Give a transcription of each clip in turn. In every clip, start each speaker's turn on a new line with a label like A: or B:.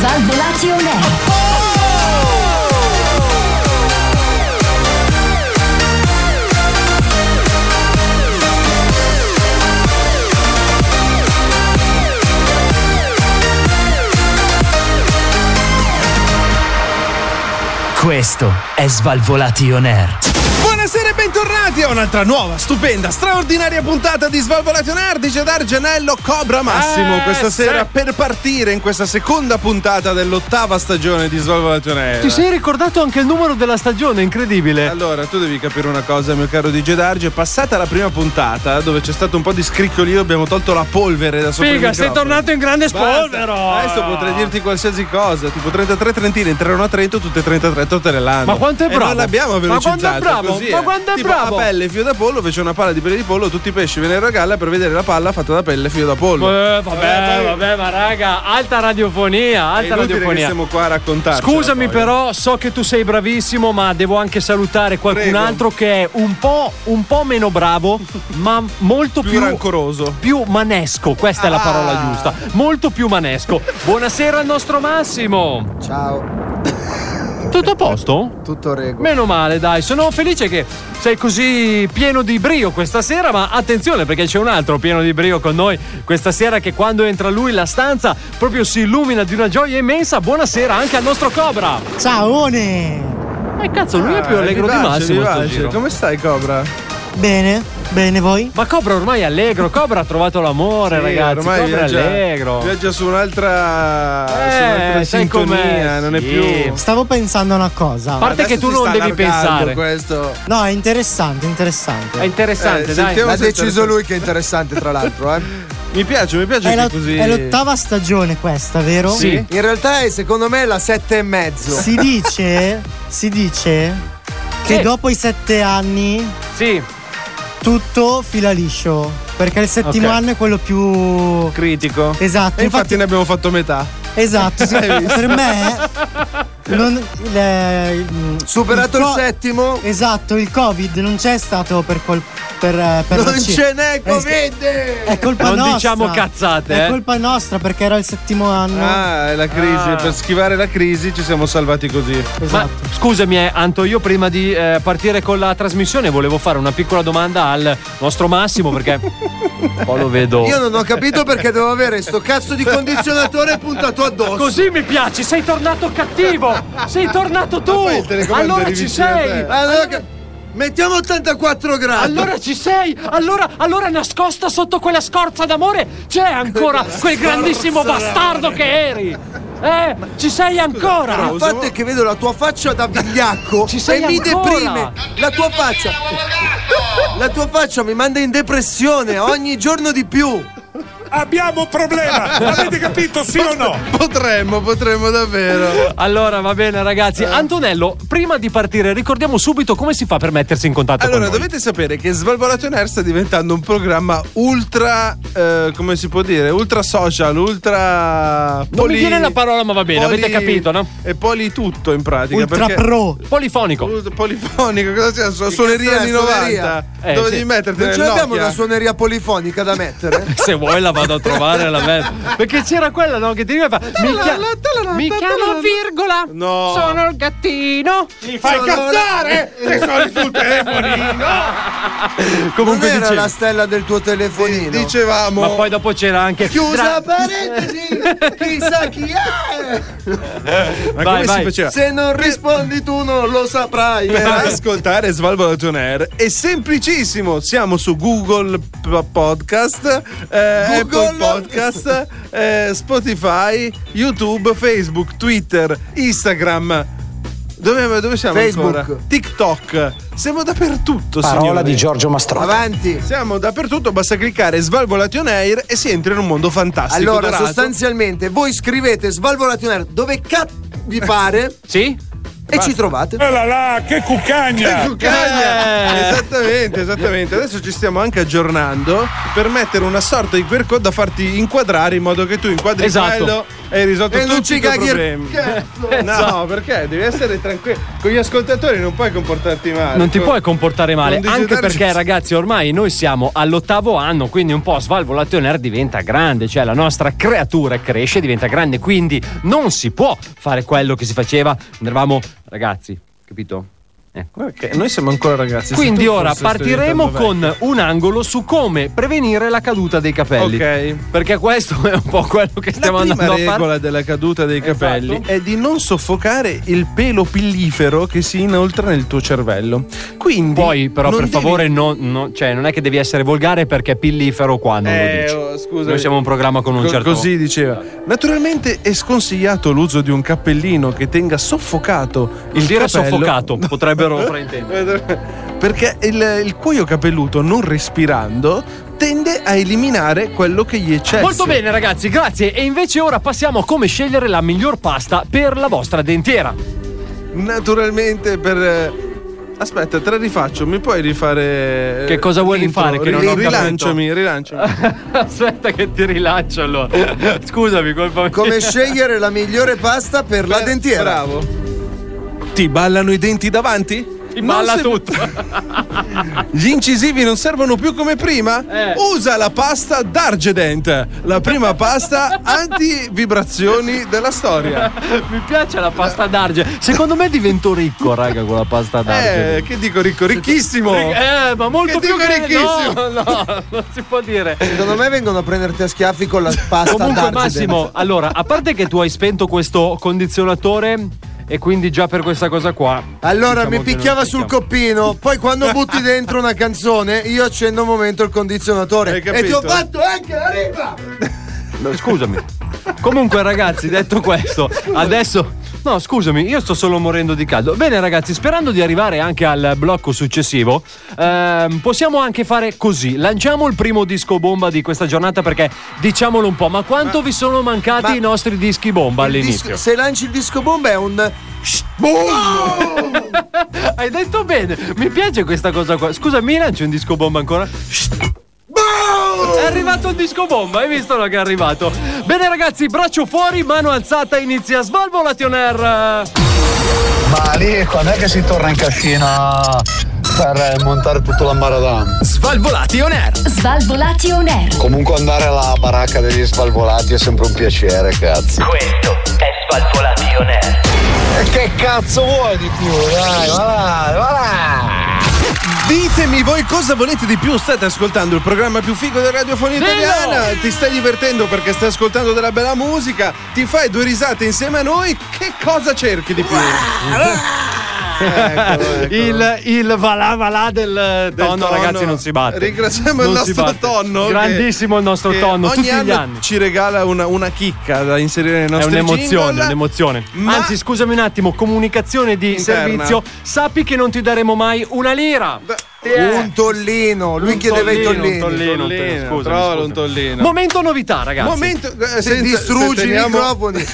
A: Svalvolati on air.
B: Questo è Svalvolati On Air.
C: Buonasera e bentornati a un'altra nuova, stupenda, straordinaria puntata di Svalvolation Ardice d'Argenello Cobra Massimo
D: Eh,
C: questa
D: sì.
C: sera per partire in questa seconda puntata dell'ottava stagione di Svalvolation Air.
D: Ti sei ricordato anche il numero della stagione, incredibile.
C: Allora, tu devi capire una cosa, mio caro DJ Darge. Passata la prima puntata, dove c'è stato un po' di scricchiolio, abbiamo tolto la polvere da sopra il
D: Figa, sei
C: microfono.
D: tornato in grande
C: Basta.
D: spolvero.
C: Adesso potrei dirti qualsiasi cosa. Tipo 33 trentine entreranno a Trento, tutte e 33 tutte nell'anno.
D: Ma quanto è
C: E
D: bravo.
C: non l'abbiamo
D: Ma quanto è
C: velocizzata.
D: bravo,
C: così,
D: ma
C: eh.
D: quanto è
C: tipo,
D: bravo.
C: La pelle e fio da pollo, fece una palla di pelle di pollo, tutti i pesci vennero a galla per vedere la palla fatta da pelle e fio da pollo.
D: Eh,
C: Eh,
D: vabbè,
C: poi-
D: vabbè, ma raga, alta radiofonia,
C: È
D: alta
C: inutile che
D: radiofonia.
C: siamo qua a raccontarci.
D: Scusami però, so che tu sei bravissimo, ma devo anche salutare qualcun
C: Prego.
D: altro che è un po', un po' meno bravo, ma molto
C: Più,
D: più,
C: rancoroso.
D: più manesco, questa è la
C: Ah.
D: parola giusta. Molto più manesco. Buonasera al nostro Massimo.
E: Ciao,
D: Tutto a posto?
E: tutto rego.
D: Meno male, dai, sono felice che sei così pieno di brio questa sera, ma attenzione perché c'è un altro pieno di brio con noi questa sera che quando entra lui la stanza proprio si illumina di una gioia immensa. Buonasera anche al nostro Cobra.
F: Ciaone!
D: Ma cazzo, lui è più
C: Ah,
D: allegro di
C: vivace,
D: Massimo sto
C: vivace.
D: giro. Eh,
C: Come stai, Cobra?
F: Bene, bene voi?
D: Ma Cobra ormai è allegro, Cobra ha trovato l'amore,
C: Sì,
D: ragazzi,
C: ormai
D: Cobra è
C: viaggia,
D: allegro.
C: viaggia su un'altra,
D: Eh,
C: su un'altra
D: sai com'è,
C: sintonia, non è
D: sì.
C: più.
F: Stavo pensando a una cosa.
D: Par- parte
C: Adesso
D: che tu
C: si
D: non
C: sta
D: devi
C: allargando
D: pensare.
C: Questo.
F: No, è interessante,
D: È
F: interessante.
D: interessante,
C: Eh,
D: dai.
C: sentiamo-
E: L'ha
C: Questo è
E: deciso
C: interessante.
E: lui che è interessante, tra l'altro. eh.
C: Mi piace, mi piace
F: È,
C: che
F: la-
C: così.
F: è l'ottava stagione questa, vero?
D: Sì.
E: In realtà, è, secondo me, è la sette e mezzo.
F: Si dice, si dice che
D: Sì.
F: dopo i sette anni
D: Eh, Sì,
F: tutto fila liscio. Perché il settimo
D: Ok.
F: anno è quello più...
C: critico. E
F: Esatto,
C: infatti,
F: infatti,
C: ne abbiamo fatto metà.
F: esatto, sì, per me non, il-
E: Superato il
F: co-
E: settimo,
F: Esatto, il Covid non c'è stato per col- per, eh, per
E: non
F: la Cina.
E: ce n'è Covid!
F: È colpa
D: Non
F: nostra.
D: diciamo cazzate,
F: È
D: eh.
F: colpa nostra perché era il settimo anno.
C: Ah, è la crisi.
D: Ah.
C: Per schivare la crisi ci siamo salvati così.
D: Ma
F: esatto.
D: scusami, eh, Anto, io prima di eh, partire con la trasmissione volevo fare una piccola domanda al nostro Massimo perché un po' lo vedo.
E: Io non ho capito perché devo avere sto cazzo di condizionatore puntato addosso.
D: Così mi piaci, sei tornato cattivo! Sei tornato tu!
C: poi il telecomando
D: Allora
C: eri
D: ci
C: vicino a te.
D: sei!
E: Allora, eh. Ah, che- mettiamo 84 gradi.
D: Allora ci sei! Allora, allora nascosta sotto quella scorza d'amore c'è ancora quel grandissimo bastardo che eri! Eh, ci sei ancora!
C: Ah,
E: il fatto è che vedo la tua faccia da vigliacco
D: Ci sei
E: e mi
D: ancora?
E: deprime. La tua faccia. La tua faccia mi manda in depressione ogni giorno di più.
G: Abbiamo un problema, avete capito sì o no?
C: Potremmo, potremmo davvero.
D: Allora, va bene
E: Eh.
D: ragazzi. Antonello, prima di partire ricordiamo subito come si fa per mettersi in contatto
C: Allora,
D: con noi.
C: dovete sapere che Svalvolation Air sta diventando un programma ultra. eh, come si può dire? Ultra social, ultra.
D: Non mi viene la parola, ma va bene, avete capito, no?
C: E poli tutto in pratica.
F: Ultra
C: perché-
F: pro.
D: Polifonico.
C: Ultra- Polifonico, cosa c'è? Su- Suoneria
E: cazzo è
C: anni
E: suoneria?
C: 90.
D: Eh,
C: dove
D: sì.
C: devi metterti
E: Non
C: nel
E: ce l'abbiamo
C: Nokia?
E: una suoneria polifonica da mettere?
D: Se vuoi la vado a trovare la merda. Perché c'era quella, no? Che ti veniva e fa. Mi, chia- mi chiamo Virgola.
C: No.
D: Sono il gattino.
G: Mi
E: Cioè,
G: fai incazzare!
E: Eh,
G: Che sono il tuo telefonino!
E: Comunque non era
D: dicevi-
E: la stella del tuo telefonino. Eh,
C: Dicevamo.
D: Ma poi dopo c'era anche.
E: Chiusa
D: Tra-
E: parentesi, chissà chi è.
C: Ma
D: Vai,
C: come
D: vai.
C: si faceva?
E: Se non rispondi tu non lo saprai.
C: Per
E: eh.
C: ascoltare Svalvolation Air è semplicissimo. Siamo su Google P- Podcast, eh,
E: Google?
C: Apple Podcast, eh, Spotify, YouTube, Facebook, Twitter, Instagram. Dove, dove siamo
E: Facebook.
C: ancora? TikTok. Siamo dappertutto, signori.
H: Giorgio Mastro.
E: Avanti.
C: Siamo dappertutto, basta cliccare Svalvolation Air e si entra in un mondo fantastico.
E: Allora,
C: dorato.
E: sostanzialmente, voi scrivete Svalvolationer dove cazzo vi pare
D: Sì?
E: e ci trovate.
D: Eh,
G: Oh là là, che cuccagna!
C: Cagna! Esattamente, esattamente. Adesso ci stiamo anche aggiornando per mettere una sorta di QR code da farti inquadrare in modo che tu inquadri
D: Esatto.
C: quello e hai risolto
E: E non
C: tutti
E: ci
C: i tuoi
E: caghi il
C: problemi.
E: cazzo.
D: Esatto.
C: No, perché devi essere tranquillo. Con gli ascoltatori non puoi comportarti male.
D: Non ti
C: Con-
D: puoi comportare male,
C: con
D: anche
C: digitare
D: perché
C: ci-
D: ragazzi ormai noi siamo all'ottavo anno, quindi un po' Svalvolation Air diventa grande, cioè la nostra creatura cresce, diventa grande, quindi non si può fare quello che si faceva, eravamo ragazzi, capito? Ecco.
C: Perché noi siamo ancora ragazzi. se
D: Quindi
C: tu
D: ora
C: forse stai
D: partiremo
C: diventando
D: con un angolo su come prevenire la caduta dei capelli.
C: vecchio. Ok.
D: Perché questo è un po' quello che stiamo
C: la prima
D: andando a
C: regola
D: fare.
C: della caduta dei
D: Esatto.
C: capelli è di non soffocare il pelo pillifero che si inoltra nel tuo cervello. Quindi
D: Poi, però,
C: non
D: per
C: devi-
D: favore, non- non- cioè, non è che devi essere volgare perché è pillifero qua, non
C: Eh,
D: lo
C: oh,
D: dici.
C: scusami.
D: Noi siamo un programma con un
C: Co-
D: certo
C: Così diceva. Naturalmente è sconsigliato l'uso di un cappellino che tenga soffocato il
D: Il dire
C: capello.
D: soffocato potrebbero fraintendere.
C: Perché il, il cuoio capelluto non respirando tende a eliminare quello che gli eccessa.
D: Molto bene ragazzi, grazie. E invece ora passiamo a come scegliere la miglior pasta per la vostra dentiera.
C: Naturalmente per eh, Aspetta, te la rifaccio, mi puoi rifare eh,
D: Che cosa vuoi
C: l'intro?
D: rifare che non
C: Ri-
D: ho capito?
C: rilanciami, rilanciami.
D: Aspetta che ti rilancio allora. Scusami, colpa mia.
E: Come scegliere la migliore pasta per la dentiera?
C: Bravo. Ti ballano i denti davanti?
D: Ti
C: Non
D: balla
C: se-
D: tutto.
C: Gli incisivi non servono più come prima?
D: Eh.
C: Usa la pasta Dargedent, la prima pasta anti-vibrazioni della storia.
D: Mi piace la pasta d'argine. Secondo me divento ricco, raga, con la pasta d'argine.
C: Eh, che dico ricco, ricchissimo.
D: Eh, ma molto
C: Che
D: più
C: dico ricchissimo.
D: No, no, non si può dire.
E: Secondo me vengono a prenderti a schiaffi con la pasta
D: Comunque,
E: d'argine.
D: Massimo, allora, a parte che tu hai spento questo condizionatore, e quindi già per questa cosa qua.
E: Allora
D: diciamo
E: mi
D: che
E: picchiava
D: non
E: sul
D: siamo-
E: coppino, poi quando butti dentro una canzone io accendo un momento il condizionatore
C: Hai
E: e ti ho
C: capito?
E: fatto anche la riva.
D: No, Scusami. Comunque, ragazzi, detto questo, adesso. No, scusami, io sto solo morendo di caldo. Bene, ragazzi, sperando di arrivare anche al blocco successivo, ehm, possiamo anche fare così. Lanciamo il primo disco bomba di questa giornata perché diciamolo un po', ma quanto vi sono mancati
E: ma-
D: i nostri dischi bomba
E: Il disco-
D: all'inizio?
E: se lanci il disco bomba è un boom.
D: Hai detto bene, mi piace questa cosa qua. Scusa, mi lancio un disco bomba ancora? È arrivato il disco bomba, hai visto no, che è arrivato? Bene ragazzi, braccio fuori, mano alzata, inizia Svalvolation Air.
H: Ma lì quando è che si torna in cascina per montare tutto l'ambaradan?
B: Svalvolation Air.
A: Svalvolati on air.
H: Comunque andare alla baracca degli svalvolati è sempre un piacere, cazzo.
I: Questo è Svalvolation Air.
H: E che cazzo vuoi di più? Dai, va là, va là!
C: Ditemi voi cosa volete di più. State ascoltando il programma più figo della radiofonia
D: Dillo!
C: italiana. Ti stai divertendo perché stai ascoltando della bella musica. Ti fai due risate insieme a noi. Che cosa cerchi di più? Eccolo, eccolo.
D: Il, il valà valà del,
C: Ecco. Del
D: tonno, ragazzi non si batte.
C: Ringraziamo
D: Non
C: il
D: si
C: nostro
D: batte.
C: tonno. che-
D: Grandissimo il nostro
C: che
D: tonno,
C: ogni
D: tutti
C: anno
D: gli anni.
C: Ci regala una, una chicca da inserire nei
D: È
C: nostri
D: un'emozione,
C: jingle.
D: un'emozione.
C: Ma-
D: Anzi, scusami un attimo, comunicazione di
C: Interna.
D: servizio. Sappi che non ti daremo mai una lira.
E: un tollino, lui
D: Un
E: chiedeva i
D: tollino, un
E: tollini.
D: tollino,
C: Tollino,
D: scusami,
C: trovalo
D: scusami.
C: un tollino.
D: Momento novità, ragazzi.
C: Momento, eh,
E: Se
C: senza-
E: distruggi
C: se
E: i
C: teniamo-
E: microfoni.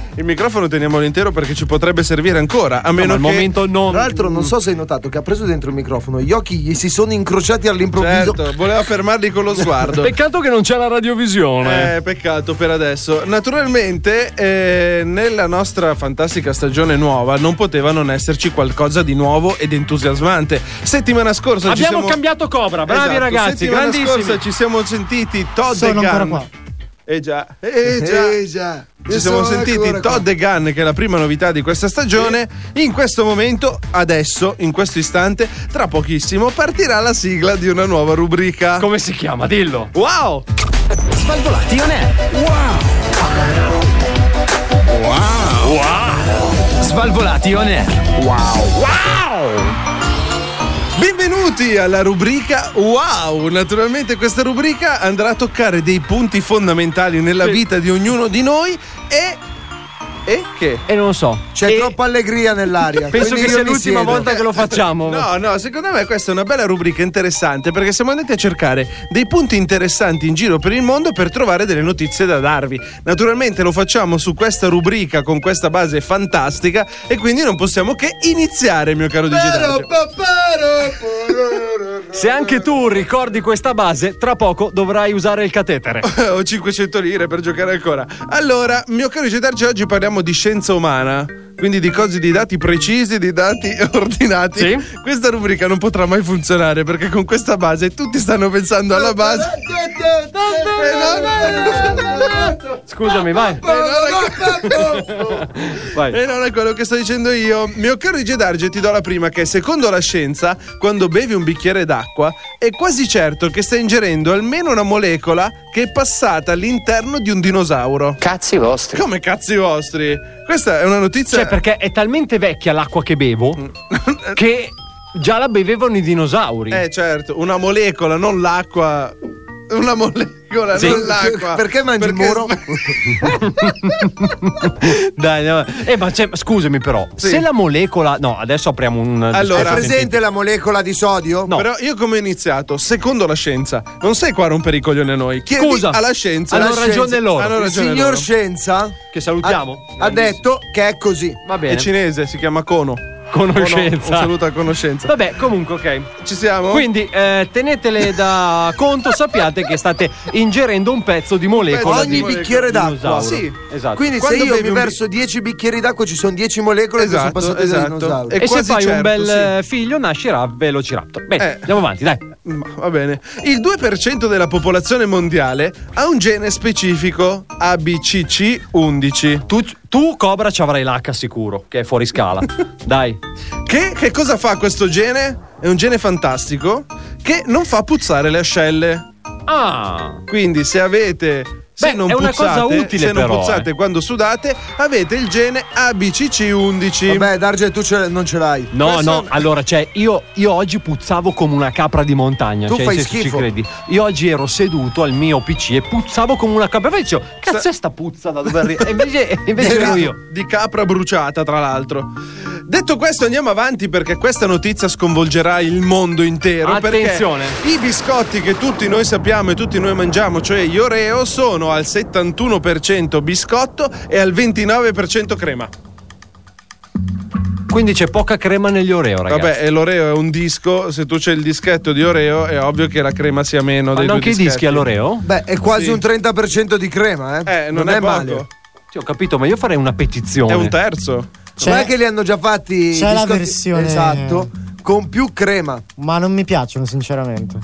C: il microfono teniamolo intero perché ci potrebbe servire ancora. A meno
E: al
C: che.
E: momento non. Tra l'altro, non so se hai notato che ha preso dentro il microfono, gli occhi gli si sono incrociati all'improvviso.
C: Certo, voleva fermarli con lo sguardo.
D: Peccato che non c'è la radiovisione.
C: Eh, peccato per adesso. Naturalmente, eh, nella nostra fantastica stagione nuova non poteva non esserci qualcosa di nuovo ed entusiasmante. Settimana scorsa ci
D: Abbiamo
C: siamo-
D: cambiato Cobra, bravi
C: Esatto,
D: ragazzi,
C: settimana
D: grandissimi.
C: scorsa ci siamo sentiti Todd
D: Sono
C: e
D: ancora
C: Gunn.
D: qua.
C: Eh già, eh già.
E: Eh già.
C: Ci
E: Io
C: siamo
E: sono
C: sentiti
E: ancora qua.
C: Todd e Gunn, che è la prima novità di questa stagione. In questo momento, adesso, in questo istante, tra pochissimo, partirà la sigla di una nuova rubrica. Come
D: si chiama? Dillo.
C: Wow!
B: Svalvolati on air.
I: Wow. Wow.
B: Svalvolati on air.
I: Wow.
C: Benvenuti alla rubrica Wow! Naturalmente questa rubrica andrà a toccare dei punti fondamentali nella vita di ognuno di noi e... E che?
D: E non so.
E: C'è troppa allegria nell'aria.
D: Penso
E: quindi io
D: che sia
E: mi
D: l'ultima
E: siedo.
D: volta che lo facciamo.
C: No, no, secondo me questa è una bella rubrica interessante perché siamo andati a cercare dei punti interessanti in giro per il mondo per trovare delle notizie da darvi. Naturalmente lo facciamo su questa rubrica con questa base fantastica e quindi non possiamo che iniziare, mio caro Digitale.
D: Se anche tu ricordi questa base, tra poco dovrai usare il catetere.
C: Ho 500 lire per giocare ancora. Allora, mio caro Getarci, oggi parliamo di scienza umana. Quindi di cose, di dati precisi, di dati ordinati. Questa rubrica non potrà mai funzionare perché con questa base tutti stanno pensando alla base.
D: Scusami, vai.
C: E non è quello che sto dicendo io. Mio caro Ige Darge, ti do la prima che secondo la scienza, quando bevi un bicchiere d'acqua, è quasi certo che stai ingerendo almeno una molecola che è passata all'interno di un dinosauro.
J: Cazzi vostri.
C: Come cazzi vostri? Questa è una notizia...
D: Cioè, perché è talmente vecchia l'acqua che bevo
C: Mm,
D: che già la bevevano i dinosauri.
C: Eh certo, una molecola, non l'acqua. Una molecola,
D: Sì.
C: non l'acqua.
D: Perché
C: mangi il muro?
D: Dai, no. Eh, ma c'è- scusami, però,
C: Sì.
D: se la molecola. No, adesso apriamo un.
C: Allora,
D: discorso scientifico.
C: la molecola di sodio? No. Però io come ho iniziato? Secondo la scienza. Non sei qua a rompere i coglioni a noi. Chiedi
E: Scusa,
C: alla scienza.
E: hanno
C: Alla
E: ragione
C: scienza.
E: loro.
C: Hanno
E: Il
C: ragione
E: signor
C: loro.
E: Scienza,
D: che salutiamo,
E: ha, ha detto che è così.
D: Va
C: È cinese, si chiama Kono.
D: Conoscenza.
C: Kono, Un saluto a conoscenza.
D: Vabbè, comunque, ok.
C: Ci siamo?
D: Quindi eh, tenetele da conto, sappiate che state ingerendo un pezzo di molecola.
E: Ogni
D: di-
E: bicchiere d'acqua.
D: dinosauro. Esatto.
E: Quindi se io mi verso 10 bicchieri d'acqua ci sono 10 molecole che sono
D: Esatto,
E: passate
D: esatto.
E: dai dinosauri.
D: E, se fai
C: certo,
E: certo,
D: un bel eh, figlio nascerà Velociraptor.
E: Eh.
D: Bene, andiamo avanti, dai.
C: Ma va bene. Il 2% della popolazione mondiale ha un gene specifico ABCC11.
D: Tu, tu Cobra, ci avrai l'H sicuro, che è fuori scala. dai.
C: Che, che cosa fa questo gene? È un gene fantastico che non fa puzzare le ascelle.
D: Ah!
C: Quindi se avete. Se
D: Beh,
C: non
D: è una
C: puzzate,
D: cosa utile
C: se non
D: però,
C: puzzate
D: eh.
C: quando sudate, avete il gene ABCC11.
E: Vabbè, Darge, tu ce- non ce l'hai.
D: No,
E: Questo-
D: no, allora, cioè, io, io oggi puzzavo come una capra di montagna.
E: Tu
D: cioè,
E: fai
D: in senso,
E: schifo.
D: Ci credi? Io oggi ero seduto al mio PC e puzzavo come una capra. E dicevo, cazzo è sta puzza da dove arriva? E invece, e invece ero io.
C: Ecco. Di capra bruciata, tra l'altro. Detto questo, andiamo avanti perché questa notizia sconvolgerà il mondo intero. perché
D: Attenzione.
C: I biscotti che tutti noi sappiamo e tutti noi mangiamo, cioè gli Oreo, sono al 71% biscotto e al 29% crema.
D: Quindi c'è poca crema negli oreo, ragazzi.
C: Vabbè, e l'Oreo è un disco, se tu c'è il dischetto di Oreo è ovvio che la crema sia meno
D: Ma
C: dei
D: non
C: due
D: che i
C: dischetti.
D: dischi all'oreo?
E: Beh, è quasi
C: Sì.
E: un 30% di crema, eh.
C: Eh, non, è, poco.
D: Sì, ho capito, ma io farei una petizione.
C: È un terzo.
E: Ma è che li hanno già fatti. i
F: Cioè, C'è la
E: biscotti-
F: versione-
E: Esatto. Con più crema.
F: Ma non mi piacciono, sinceramente.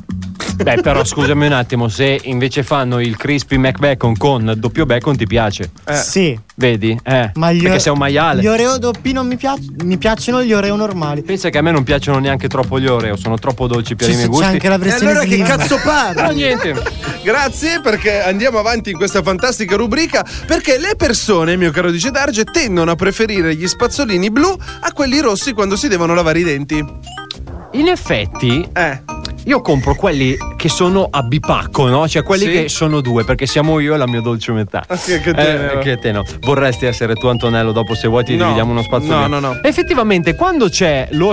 D: Beh, però scusami un attimo, se invece fanno il crispy Mac Bacon con doppio bacon ti piace?
F: Sì.
D: Vedi? Eh,
F: Ma gli
D: perché
F: ore-
D: sei un maiale.
F: Gli oreo doppi non mi piacciono. Mi piacciono gli oreo normali.
D: Pensa che a me non piacciono neanche troppo gli oreo, sono troppo dolci per
F: C'è-
D: i miei
F: c'è
D: gusti.
F: anche la versione E allora che slim. cazzo
E: parli?
D: No, niente.
C: Grazie perché andiamo avanti in questa fantastica rubrica perché le persone, mio caro Dice Darge, tendono a preferire gli spazzolini blu a quelli rossi quando si devono lavare i denti. Eh,
D: In effetti, io compro quelli che sono a bipacco, no? Cioè quelli
C: Sì.
D: che sono due, perché siamo io e la mia dolce metà.
C: ah, sì, che tenero.
D: Eh, che tenero. Vorresti essere tu, Antonello, dopo se vuoi ti
C: No.
D: dividiamo uno spazzolino.
C: No, no, no.
D: Effettivamente, quando c'è lo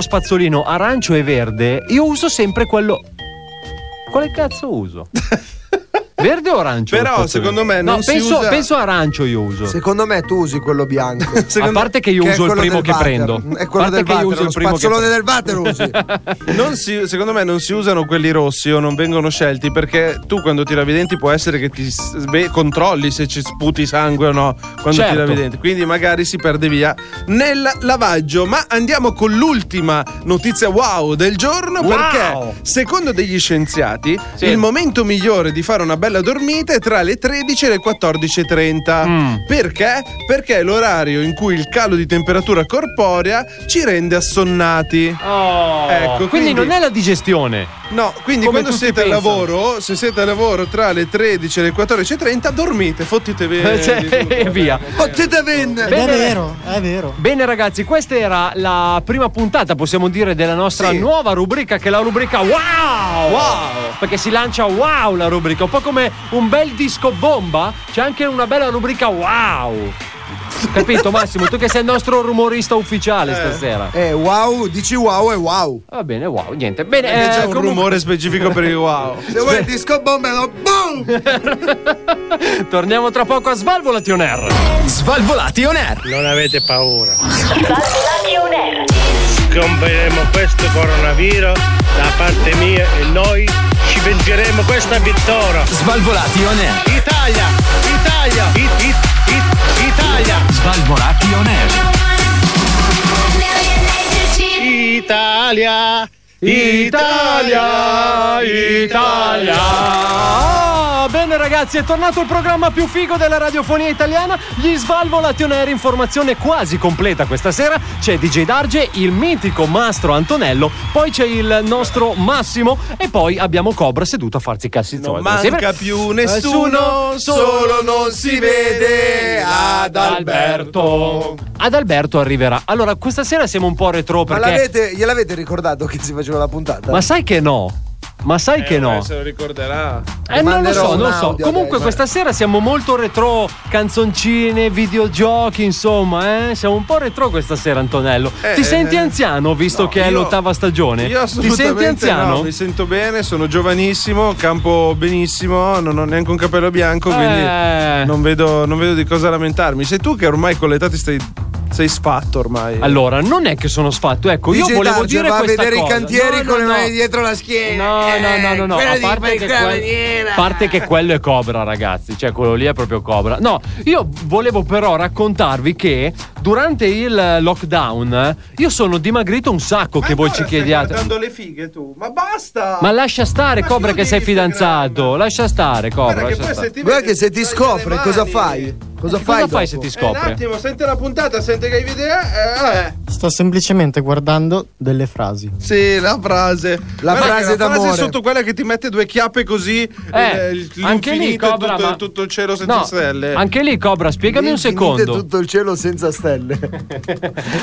D: spazzolino arancio e verde, io uso sempre quello. Quale cazzo uso? Verde o arancio?
C: Però,
D: Cazzo,
C: secondo me,
D: no,
C: non si
D: penso,
C: usa-
D: penso arancio io uso.
E: Secondo me tu usi quello bianco.
D: Secondo- parte che io uso il primo che prendo.
E: È quello
D: Parte
E: del
D: che io
E: water,
D: uso
E: lo
D: il primo che
E: spazzolone
D: prendo.
E: del water usi.
C: Non si- secondo me non si usano quelli rossi o non vengono scelti perché tu quando ti lavi i denti può essere che ti s- sve- controlli se ci sputi sangue o no quando
D: Certo.
C: ti lavi i denti, quindi magari si perde via nel lavaggio. Ma andiamo con l'ultima notizia wow del giorno
D: Wow!
C: perché secondo degli scienziati
D: Sì.
C: il momento migliore di fare una bella dormita è tra le 13 e le 14.30.
D: Mm.
C: Perché? Perché è l'orario in cui il calo di temperatura corporea ci rende assonnati.
D: Ecco, quindi, non è la digestione.
C: No, quindi
D: Come
C: quando
D: tutti
C: siete al
D: pensano.
C: lavoro, se siete al lavoro tra le 13 e le 14.30, dormite, fottetevi.
D: Eh, cioè, e via.
E: Fottete venne.
F: Ed è vero, è vero.
D: Bene ragazzi, questa era la prima puntata, possiamo dire, della nostra nuova rubrica che è la rubrica Wow! Perché si lancia Wow la rubrica, un po' come un bel disco bomba, c'è anche una bella rubrica Wow! Capito Massimo, tu che sei il nostro rumorista ufficiale stasera.
E: Eh, wow, dici wow e wow.
D: Va bene, wow, niente. Bene,
C: Perché
D: eh,
C: c'è un
D: comunque-
C: rumore specifico per il wow.
E: Se vuoi il disco bomba, lo boom!
D: torniamo tra poco a Svalvolati on Air.
B: Svalvolati on air.
J: Non avete paura. Scomperemo questo coronavirus da parte mia e noi ci vengeremo questa vittoria.
B: Svalvolati on air.
J: Italia! Italia! It, it, it, Italia!
B: Svalvolati on air.
J: Italia!
D: Italia, Italia. Ah, Bene ragazzi, è tornato il programma più figo della radiofonia italiana, gli Svalvolati on Air, informazione quasi completa questa sera, c'è DJ Darge, il mitico mastro Antonello, poi c'è il nostro Massimo e poi abbiamo Cobra seduto a farsi i cazzi
C: Non
D: suoi, come
C: manca
D: sempre.
C: più nessuno, solo non si vede ad Alberto.
D: Ad Alberto arriverà. Allora, questa sera siamo un po' retro
E: Ma
D: perché...
E: l'avete, gliel'avete ricordato che si faceva la puntata?
D: Ma sai che no? Ma sai che no?
C: Eh, Se lo ricorderà.
D: Eh, non lo
E: Manderò
D: so,
E: un
D: non lo so.
E: audio
D: Comunque,
E: adesso.
D: questa sera siamo molto retro, canzoncine, videogiochi, insomma, eh? Siamo un po' retro questa sera, Antonello.
C: Eh,
D: Ti senti
C: eh,
D: anziano, visto
C: no,
D: che è
C: io-
D: l'ottava stagione?
C: Io
D: Ti
C: assolutamente
D: senti anziano?
C: no, mi sento bene, sono giovanissimo, campo benissimo, non ho neanche un capello bianco, quindi
D: Eh.
C: non vedo, non vedo di cosa lamentarmi. Sei tu che ormai con l'età ti stai, sei sfatto ormai.
D: Allora, non è che sono sfatto, ecco, io
E: DJ
D: volevo
E: Darge
D: dire
E: va a
D: questa
E: vedere i
D: cosa.
E: cantieri
D: No, no,
E: con le
D: no.
E: mani dietro la schiena.
D: No, no, no, no, no.
E: Eh,
D: A
E: quella
D: parte
E: di
D: che,
E: quella
D: quel-
E: maniera.
D: a parte che quello è Cobra, ragazzi. Cioè, quello lì è proprio Cobra. No, io volevo però raccontarvi che durante il lockdown eh, io sono dimagrito un sacco che voi ci chiediate.
C: le fighe tu, ma basta!
D: Ma lascia stare, Cobra, che sei fidanzato. Lascia stare, Cobra. lascia stare.
E: Guarda che se ti scopre, cosa
C: Eh,
E: fai? Cosa fai? Eh,
D: Cosa fai se
E: dopo?
D: ti scopre?
C: sente la puntata, sente che hai idea, eh.
F: Sto semplicemente guardando delle frasi.
C: Sì, la frase.
E: La
C: Guarda
E: frase
C: che La
E: d'amore.
C: frase sotto quella che ti mette due chiappe così.
D: Eh,
C: eh, l-
D: anche lì,
C: l'infinito e
D: Cobra,
C: tutto,
D: ma-
C: tutto il cielo senza
D: No,
C: stelle.
D: Anche lì, Cobra, spiegami un
E: Infinito e
D: secondo.
E: tutto il cielo senza stelle.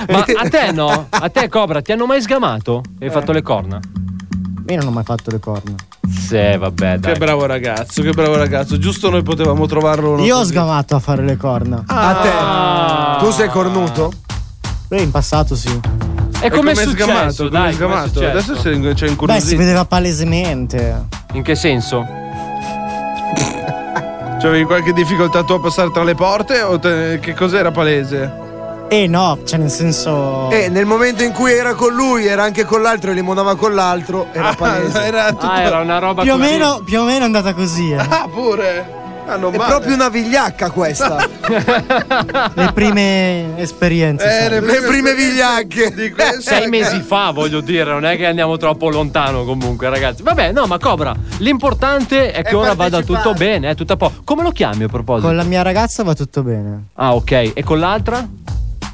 D: Ma a te no? A te, Cobra, ti hanno mai sgamato? E hai fatto le corna?
F: Io non ho mai fatto le corna.
D: Sì, vabbè, dai.
C: Che bravo ragazzo, che bravo ragazzo. Giusto noi potevamo trovarlo. uno
F: Io ho
C: così. Ah.
F: sgamato a fare le corna.
E: A te. Tu sei cornuto?
F: Beh, in passato sì.
D: E
C: E
D: come è
C: com'è
D: successo?
C: sgamato, com'è
D: dai, com'è
C: sgamato?
D: successo?
C: Adesso c'è, c'è in
F: Beh, si vedeva palesemente.
D: In che senso?
C: Cioè, avevi qualche difficoltà tu a passare tra le porte? O te- che cos'era palese?
F: Eh no, cioè nel senso...
E: Eh, nel momento in cui era con lui, era anche con l'altro e li limonava con l'altro, era palese.
C: era tutto.
D: Ah, era una roba
F: più, o
D: così.
F: meno, più o meno è andata così. eh.
C: Ah, pure. Ah, non
E: È
C: male.
E: proprio una vigliacca questa.
F: Le prime esperienze.
C: Eh,
F: sai.
C: le-
E: Le prime vigliacche.
C: Di questo
F: Eh,
D: Sei mesi fa, voglio dire, non è che andiamo troppo lontano comunque, ragazzi. Vabbè, no, ma Cobra, l'importante è che ora vada tutto bene, è tutto a poco. Come lo chiami a proposito?
F: Con la mia ragazza va tutto bene.
D: Ah, ok. E con l'altra?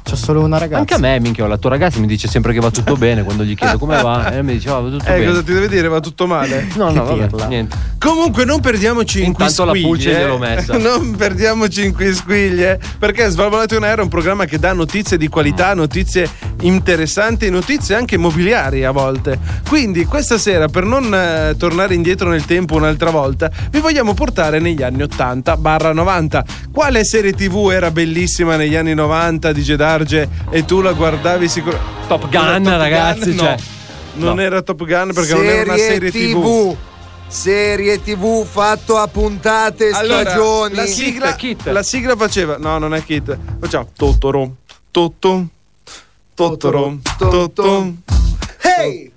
F: C'ho solo una ragazza.
D: Anche a me, minchia, la tua ragazza mi dice sempre che va tutto bene quando gli chiedo come va. E lei mi dice, "Ah, va tutto
C: Eh,
D: bene.
C: cosa ti deve dire? Va tutto male.
D: No, no,
F: Che
D: vabbè,
F: pirla.
D: niente.
C: Comunque non perdiamoci in
D: Intanto la
C: quisquiglie.
D: pulce gliel'ho messa.
C: Non perdiamoci in quisquiglie, perché Svalvolati on Air è un programma che dà notizie di qualità, notizie interessanti, notizie anche immobiliari a volte. Quindi questa sera, per non eh, tornare indietro nel tempo un'altra volta, vi vogliamo portare negli anni 80-90. Quale serie TV era bellissima negli anni 90 di Gedarge e tu la guardavi sicuramente?
D: Top Gun, ragazzi,
C: no.
D: cioè.
C: Non
D: no.
C: era Top Gun perché non era una serie TV.
E: serie tv fatto a puntate
C: Allora,
E: stagioni.
C: la sigla, la sigla faceva, no, non è Kit, facciamo Totoro, Totto, Totoro, Totto. Hey!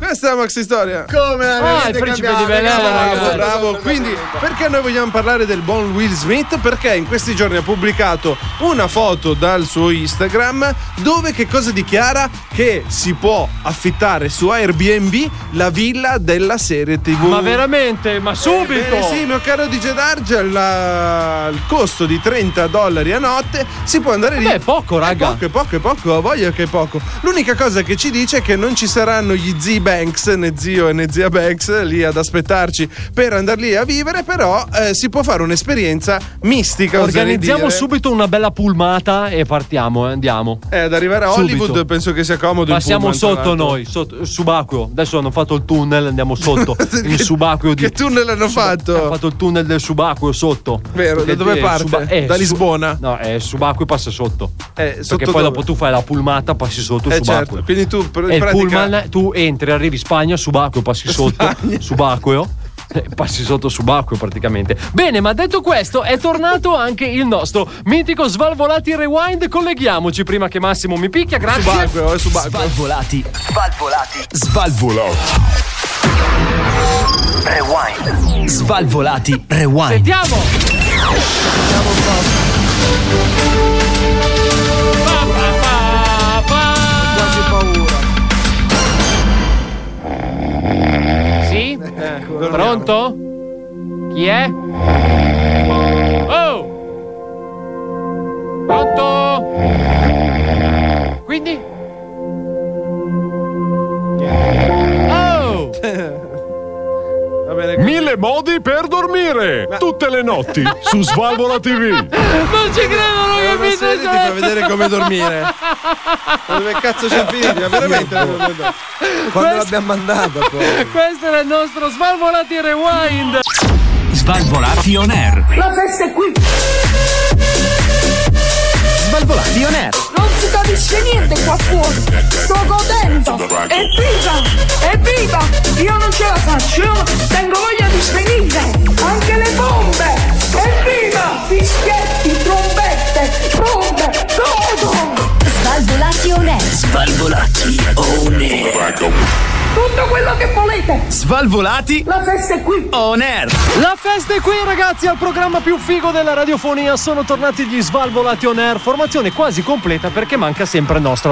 C: Questa è la maxi storia.
E: Come
C: Ah, il principe di Bel Air, Bravo,
E: ragazzi.
C: bravo. Quindi, perché noi vogliamo parlare del buon Will Smith? Perché in questi giorni ha pubblicato una foto dal suo Instagram dove che cosa dichiara? Che si può affittare su Airbnb la villa della serie TV.
D: Ma veramente? Ma subito!
F: Eh,
C: Ebbene Eh, sì, mio caro DJ Dargel, la- il costo di 30 dollari a notte si può andare lì.
D: Beh, è poco, raga.
C: È poco, è poco, è poco, ho voglia che è poco. L'unica cosa che ci dice è che non ci saranno gli zii Banks, né zio e né zia Banks, lì ad aspettarci per andar lì a vivere, però eh, si può fare un'esperienza mistica. oserei
D: Organizziamo
C: dire.
D: subito una bella pulmata e partiamo, eh, andiamo.
C: Eh, ad arrivare a
D: Subito.
C: Hollywood penso che sia comodo. il
D: Passiamo
C: pullman, tra
D: sotto
C: l'altro. Eh,
D: noi, sotto- subacqueo. Adesso hanno fatto il tunnel, andiamo sotto. il subacqueo di. Che
C: tunnel hanno fatto?
D: Hanno fatto il tunnel del subacqueo sotto.
C: Vero, da dove
D: eh,
C: parte?
D: eh,
C: Da
D: su-
C: Lisbona? Eh,
D: no, è il subacqueo e passa sotto.
C: sotto
D: Perché
C: dove?
D: poi dopo tu fai la pulmata, passi sotto il
C: Eh,
D: subacqueo.
C: certo. Quindi tu per- in
D: E il
C: pratica-
D: pullman, tu entri, arrivi in Spagna, subacqueo, passi sotto, subacqueo. eh, Passi sotto subacqueo praticamente. Bene, ma detto questo, è tornato anche il nostro mitico Svalvolati Rewind. Colleghiamoci prima che Massimo mi picchia. Grazie.
C: Subacqueo,
B: Svalvolati.
I: Svalvolati.
B: Svalvolati. Rewind. Svalvolati. Rewind.
D: Sentiamo. Sì? Pronto? Chi è? Oh! Pronto? Quindi? Oh!
K: Mille modi per dormire tutte le notti su Svalvola TV.
D: Non ci credo, non ho capito
C: serie Eh, ti fa
D: niente.
C: vedere come dormire. boh. Ma dove cazzo c'è finito? Ma veramente
E: Quando l'abbiamo mandata poi.
D: Questo era il nostro Svalvolati Rewind.
B: Svalvolati on air.
I: La festa è qui.
B: Svalvolati on air.
I: Non si capisce niente qua fuori. Sto godendo. Evviva! Evviva! Io non ce la faccio. Io tengo voglia di svenire. Anche le bombe. Evviva! Fischietti, trombette, bombe, godo.
A: Svalvolati on air.
I: Svalvolati on air. Tutto quello che volete.
B: Svalvolati.
I: La festa è qui.
B: On air.
D: La festa è qui ragazzi, al programma più figo della radiofonia sono tornati gli Svalvolati On Air, formazione quasi completa perché manca sempre il nostro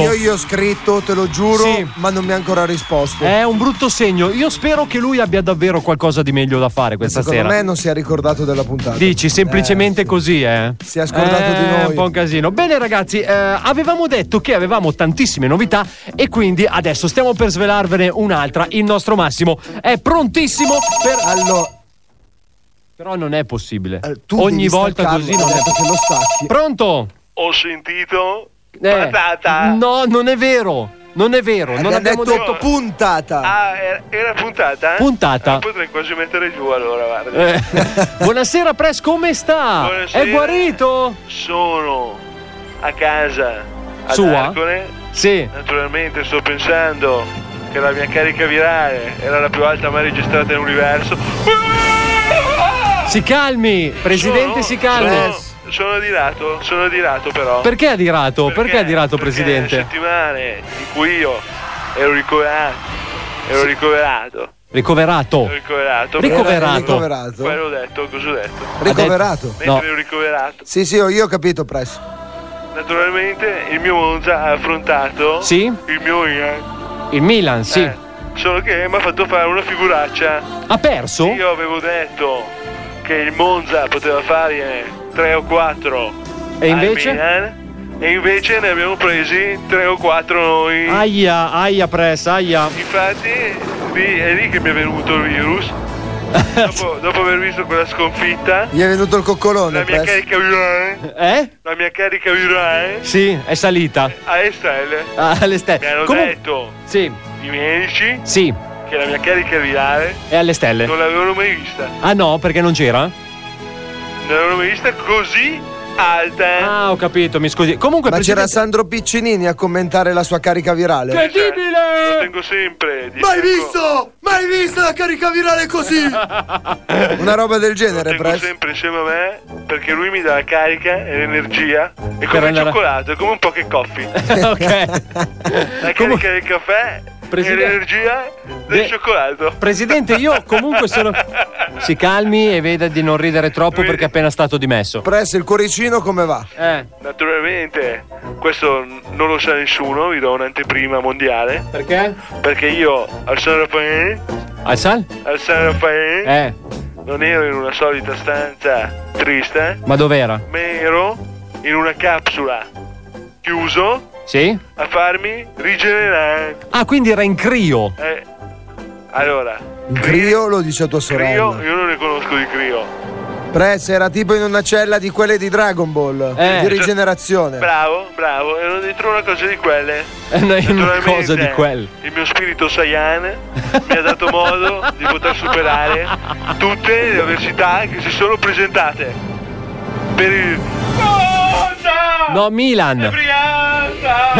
E: Io gli ho scritto, te lo giuro,
D: Sì.
E: ma non mi ha ancora risposto.
D: È un brutto segno, io spero che lui abbia davvero qualcosa di meglio da fare questa
E: Secondo
D: sera.
E: me non si è ricordato della puntata.
D: Dici semplicemente così, eh? Si
E: è scordato di noi.
D: È un po' un casino. Bene, ragazzi, eh, avevamo detto che avevamo tantissime novità e quindi adesso stiamo per svelarvene un'altra. Il nostro Massimo è prontissimo per. Però non è possibile.
E: Eh, Tu
D: Ogni
E: devi
D: volta
E: staccarlo,
D: così non
E: ho
D: è
E: detto che lo stacchi.
D: Pronto?
L: Ho sentito
D: Eh,
L: patata.
D: No, non è vero. Non è vero. Non
L: Abbiamo
D: abbiamo
L: detto
D: detto.
E: puntata. Eh,
L: Ah, era, era puntata?
D: Puntata.
L: Eh, potrei quasi mettere giù allora, guarda.
D: Eh, Buonasera, Press, come sta? È
L: Buonasera.
D: guarito?
L: Sono a casa ad
D: Sua?
L: Arcole.
D: Sì.
L: Naturalmente sto pensando che la mia carica virale era la più alta mai registrata in universo.
D: Si calmi, presidente,
L: Sono-
D: si calmi.
L: Sono, sono di lato, sono di lato però.
D: Perché ha dirato? Perché, ha dirato,
L: Perché
D: presidente?
L: settimane in cui io ero ricoverato, ero ricoverato,
D: Ricoverato.
L: ero ricoverato.
D: Ricoverato.
E: Ricoverato.
L: Poi l'ho detto, cosa ho detto?
E: Ricoverato?
L: Mentre
E: No.
L: ero ricoverato.
E: Sì, sì, ho- io ho capito, Press.
L: Naturalmente il mio Monza ha affrontato
D: Sì?
L: il mio Ian.
D: Il Milan, sì.
L: Eh. Solo che mi ha fatto fare una figuraccia.
D: Ha perso?
L: Io avevo detto che il Monza poteva fare 3 o 4
D: E invece?
L: e invece ne abbiamo presi 3 o 4 noi.
D: Aia, aia, Press, aia.
L: Infatti lì- è lì che mi è venuto il virus. dopo, dopo aver visto quella sconfitta,
E: Gli è venuto il coccolone,
L: la mia
E: Press.
L: carica virale,
D: Eh?
L: la mia carica virale
D: Sì, è salita.
L: a Estelle.
D: Ah, alle stelle.
L: Mi hanno
D: Comun-
L: detto
D: Sì.
L: i miei amici
D: Sì,
L: che la mia carica virale
D: è alle stelle.
L: non l'avevano mai vista.
D: Ah no, perché non c'era?
L: Non l'avevano mai vista così alte.
D: Ah, ho capito, mi scusi. Comunque,
E: Ma c'era
D: presidente-
E: Sandro Piccinini a commentare la sua carica virale.
L: Lo tengo sempre. dico,
E: Mai visto! Mai visto la carica virale così! Una roba del genere,
L: Lo tengo
E: Prez.
L: sempre insieme a me perché lui mi dà la carica e l'energia. È
D: Per
L: come il
D: andare a-
L: cioccolato, è come un po' che coffee. La carica del caffè
D: Presidente-
L: e l'energia del
D: De-
L: cioccolato.
D: Presidente, io comunque sono. Si calmi e veda di non ridere troppo perché è appena stato dimesso.
E: Prez, il cuoricino come va?
L: Naturalmente, questo n- non lo sa nessuno, vi do un'anteprima mondiale.
D: Perché?
L: Perché io al San Raffaele,
D: Al sal?
L: al San Raffaele,
D: Eh,
L: non ero in una solita stanza triste,
D: ma dov'era?
L: ma ero in una capsula chiuso
D: Sì?
L: a farmi rigenerare.
D: Ah, quindi era in crio.
L: Eh, allora,
E: Crio lo dice a tua
L: Crio,
E: sorella.
L: io non ne conosco di Crio.
E: Prez era tipo in una cella di quelle di Dragon Ball.
D: Eh.
E: Di rigenerazione.
L: Bravo, bravo, ero dentro una cosa di quelle.
E: Eh, no, in una
L: Naturalmente,
E: cosa di quelle.
L: Il mio spirito Saiyan mi ha dato modo di poter superare tutte le avversità che si sono presentate. Per il
D: No, Milan.
L: Brianza!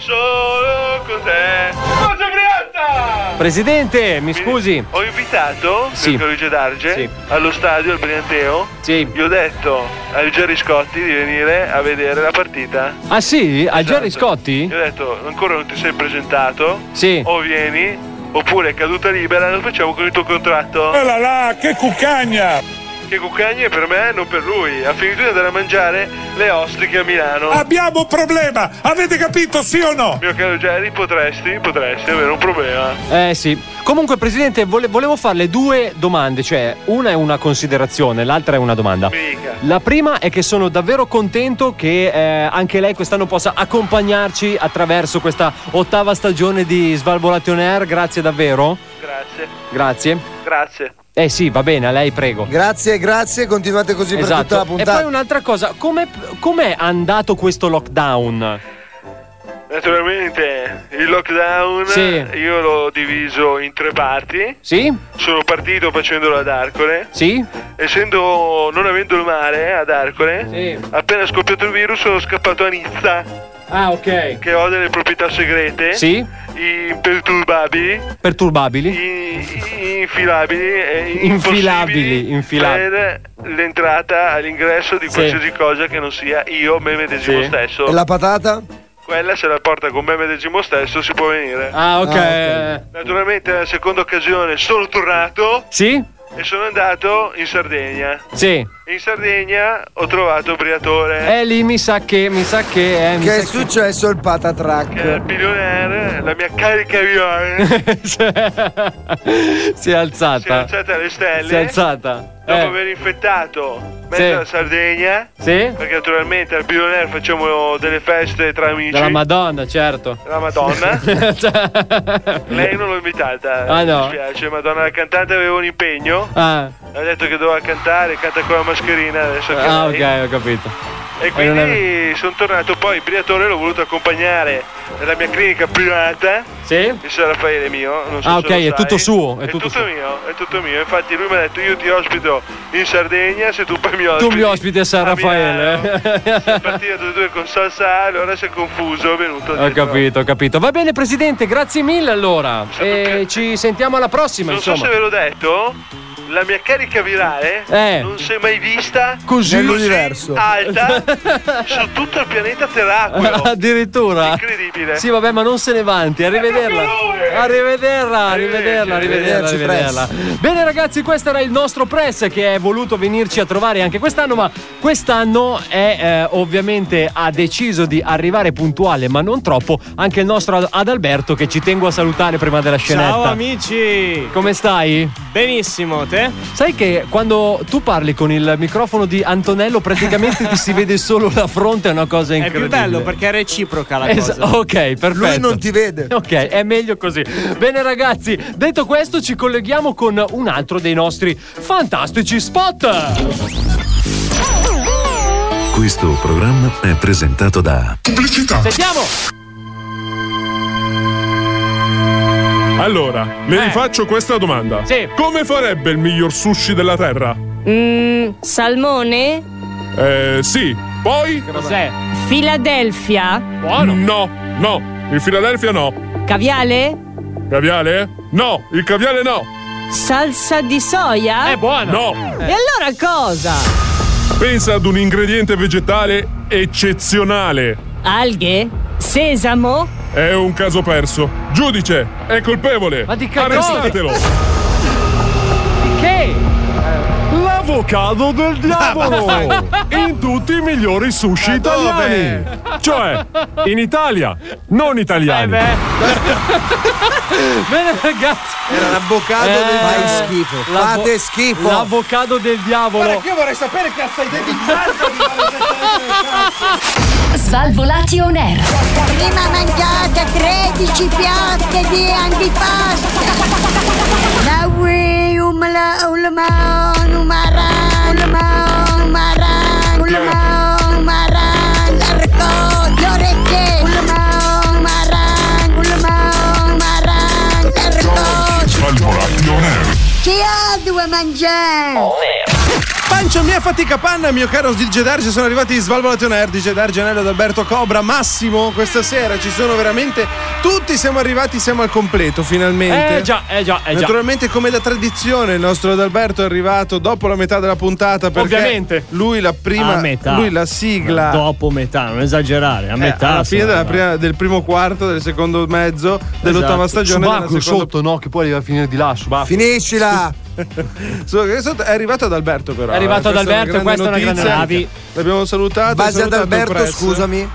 L: Solo con te! Forza Brianza!
D: Presidente, mi scusi.
L: Ho invitato
D: Sì.
L: Mirko Luigi Darge allo stadio al Brianteo. Gli ho detto al Gerry Scotti di venire a vedere la partita.
D: Ah sì? A
L: Esatto.
D: Gerry Scotti?
L: Gli ho detto ancora non ti sei presentato.
D: Sì.
L: O vieni, oppure è caduta libera, lo facciamo con il tuo contratto.
G: Oh là là, che cuccagna!
L: Che cuccagne per me, non per lui. Ha finito di andare a mangiare le ostriche a Milano.
G: Abbiamo un problema! Avete capito, sì o no?
L: Mio caro Jerry, potresti, potresti avere un problema.
D: Eh sì. Comunque, Presidente, vole- volevo farle due domande, cioè una è una considerazione, l'altra è una domanda.
L: Mica.
D: La prima è che sono davvero contento che eh, anche lei quest'anno possa accompagnarci attraverso questa ottava stagione di Svalvolation Air, grazie davvero.
L: Grazie.
D: Grazie.
L: Grazie.
D: Eh sì, va bene, a lei prego.
E: Grazie, grazie, continuate così per tutta la
D: Esatto. E
E: puntata.
D: poi un'altra cosa, come com'è andato questo lockdown?
L: Naturalmente il lockdown
D: Sì.
L: io l'ho diviso in tre parti.
D: Sì?
L: Sono partito facendolo ad Arcole.
D: Sì?
L: Essendo non avendo il mare ad Arcole, appena scoppiato il virus sono scappato a Nizza.
D: Ah, ok.
L: Che ho delle proprietà segrete.
D: Sì.
L: Imperturbabili,
D: Perturbabili?
L: infilabili e
D: Infilabili,
L: impossibili
D: infilabili.
L: Per l'entrata all'ingresso di
D: Sì.
L: qualsiasi cosa che non sia io me medesimo
D: Sì.
L: stesso.
E: E la patata?
L: Quella se la porta con me medesimo stesso si può venire.
D: Ah, ok. Ah,
L: Naturalmente nella seconda occasione sono tornato
D: Sì?
L: e sono andato in Sardegna.
D: Sì.
L: In Sardegna ho trovato Briatore.
D: Eh lì mi sa che, mi sa che... eh, mi
E: Che è
D: sa che-
E: successo il
L: Il
E: patatrack?
L: billionaire, la mia carica virale
D: si è alzata.
L: si è alzata alle stelle.
D: Si è alzata.
L: Dopo
D: Eh.
L: aver infettato mezza
D: Sì.
L: la Sardegna.
D: Sì?
L: Perché naturalmente al billionaire facciamo delle feste tra amici.
D: Della Madonna, certo. Cioè,
L: La Madonna. Lei non l'ho invitata.
D: Ah, no.
L: Mi dispiace, Madonna la cantante aveva un impegno.
D: Ah,
L: Ha detto che doveva cantare, canta con la mascherina adesso che
D: ah,
L: lei.
D: ok, ho capito.
L: E
D: non
L: quindi sono tornato poi Briatore l'ho voluto accompagnare nella mia clinica privata.
D: Sì.
L: Il San Raffaele è mio. Non so
D: Ah,
L: se
D: ok,
L: lo
D: è
L: sai.
D: tutto suo, è
L: È,
D: tutto
L: tutto,
D: suo.
L: mio, è tutto mio. Infatti lui mi ha detto io ti ospito in Sardegna se tu poi mi ospiti.
D: Tu mi ospiti a San Raffaele.
L: Sei partito tutti e due con salsa, allora sei confuso, è venuto.
D: Ho
L: dietro.
D: capito, ho capito. Va bene, presidente, grazie mille allora. E ci sentiamo alla prossima,
L: Certo Non so
D: insomma.
L: se ve l'ho detto, la mia carica virale
D: Eh.
L: non si è mai vista
D: Così?
L: così
D: Nell'universo.
M: Ah,
L: alta su tutto il pianeta Terracqueo.
D: Addirittura.
L: Incredibile. Eh,
D: Sì, vabbè, ma non se ne vanti. Arrivederla. Arrivederla, arrivederla, arrivederla,
E: Arrivederci,
D: arrivederla. Bene, ragazzi, questo era il nostro press che è voluto venirci a trovare anche quest'anno, ma quest'anno è eh, ovviamente ha deciso di arrivare puntuale, ma non troppo, anche il nostro Ad- Adalberto che ci tengo a salutare prima della scenetta.
M: Ciao amici!
D: Come stai?
M: Benissimo, te?
D: Sai che quando tu parli con il microfono di Antonello praticamente ti si vede solo la fronte, è una cosa
M: È
D: incredibile.
M: più bello perché è reciproca la
D: Esa-
M: cosa.
D: ok, perfetto.
M: Lui non
D: ti vede. Ok, è meglio così. Bene, ragazzi, detto questo, ci colleghiamo con un altro dei nostri fantastici spot.
N: Questo programma è presentato da
D: Pubblicità. Sentiamo.
K: Allora, le
D: Eh.
K: rifaccio questa domanda. Come farebbe il miglior sushi della terra?
O: Mmm, salmone?
K: Eh, sì. Poi?
P: Cos'è? Filadelfia?
K: No, no. Il Philadelphia no.
P: Caviale?
K: Caviale? No, il caviale no.
P: Salsa di soia?
D: Eh.
K: È buona. No.
P: E allora cosa?
K: Pensa ad un ingrediente vegetale eccezionale.
P: Alghe? Sesamo?
K: È un caso perso. Giudice, è colpevole.
P: Ma di cagone.
K: Arrestatelo.
D: Che?
K: L'avocado del diavolo! In tutti i migliori sushi italiani! Cioè, in Italia, non
D: Eh,
K: italiani!
D: Bene ragazzi.
Q: Era l'avvocato
M: Eh,
Q: del Fai schifo.
D: l'avo-
Q: Fate schifo.
D: L'avvocato del diavolo.
R: io vorrei sapere che cazzo hai detto in mezzo
S: Svalvolati on air.
L: Prima mangiate 13 piatte di antipasta. La um, ui, umla, ulma, numara, ulma, numara, um, ulma, numara, l'arco, l'orecchie, ulma, numara, um, ulma, numara, l'arco. um, Chi ha due mangiare?
C: Pancio mia fatica panna, mio caro DJ Darge, sono arrivati di Svalvolati on Air, DJ Darge, Nello, Alberto Cobra, Massimo, questa sera ci sono veramente tutti, siamo arrivati, siamo al completo finalmente.
D: Eh già, eh già, eh già.
C: Naturalmente, come da tradizione, il nostro Adalberto è arrivato dopo la metà della puntata. Perché
D: Ovviamente.
C: Lui la prima.
D: A metà.
C: Lui la sigla.
D: Dopo metà, non esagerare, a
C: eh,
D: metà.
C: alla fine
D: sono
C: della
D: arrivato.
C: prima- del primo quarto, del secondo mezzo, dell'ottava
D: Esatto.
C: stagione. della
T: Esatto. Subacqueo
C: seconda-
T: sotto, no? Che poi arriva a finire di là. Subacqueo.
Q: Finiscila!
C: So che sotto- È arrivato ad Alberto, però.
D: È arrivato
C: eh, questa
D: Adalberto e questa è una grande
C: notizia.
D: notizia.
C: L'abbiamo salutato.
Q: Base ad
C: salutato il
Q: Alberto,
C: press.
Q: scusami.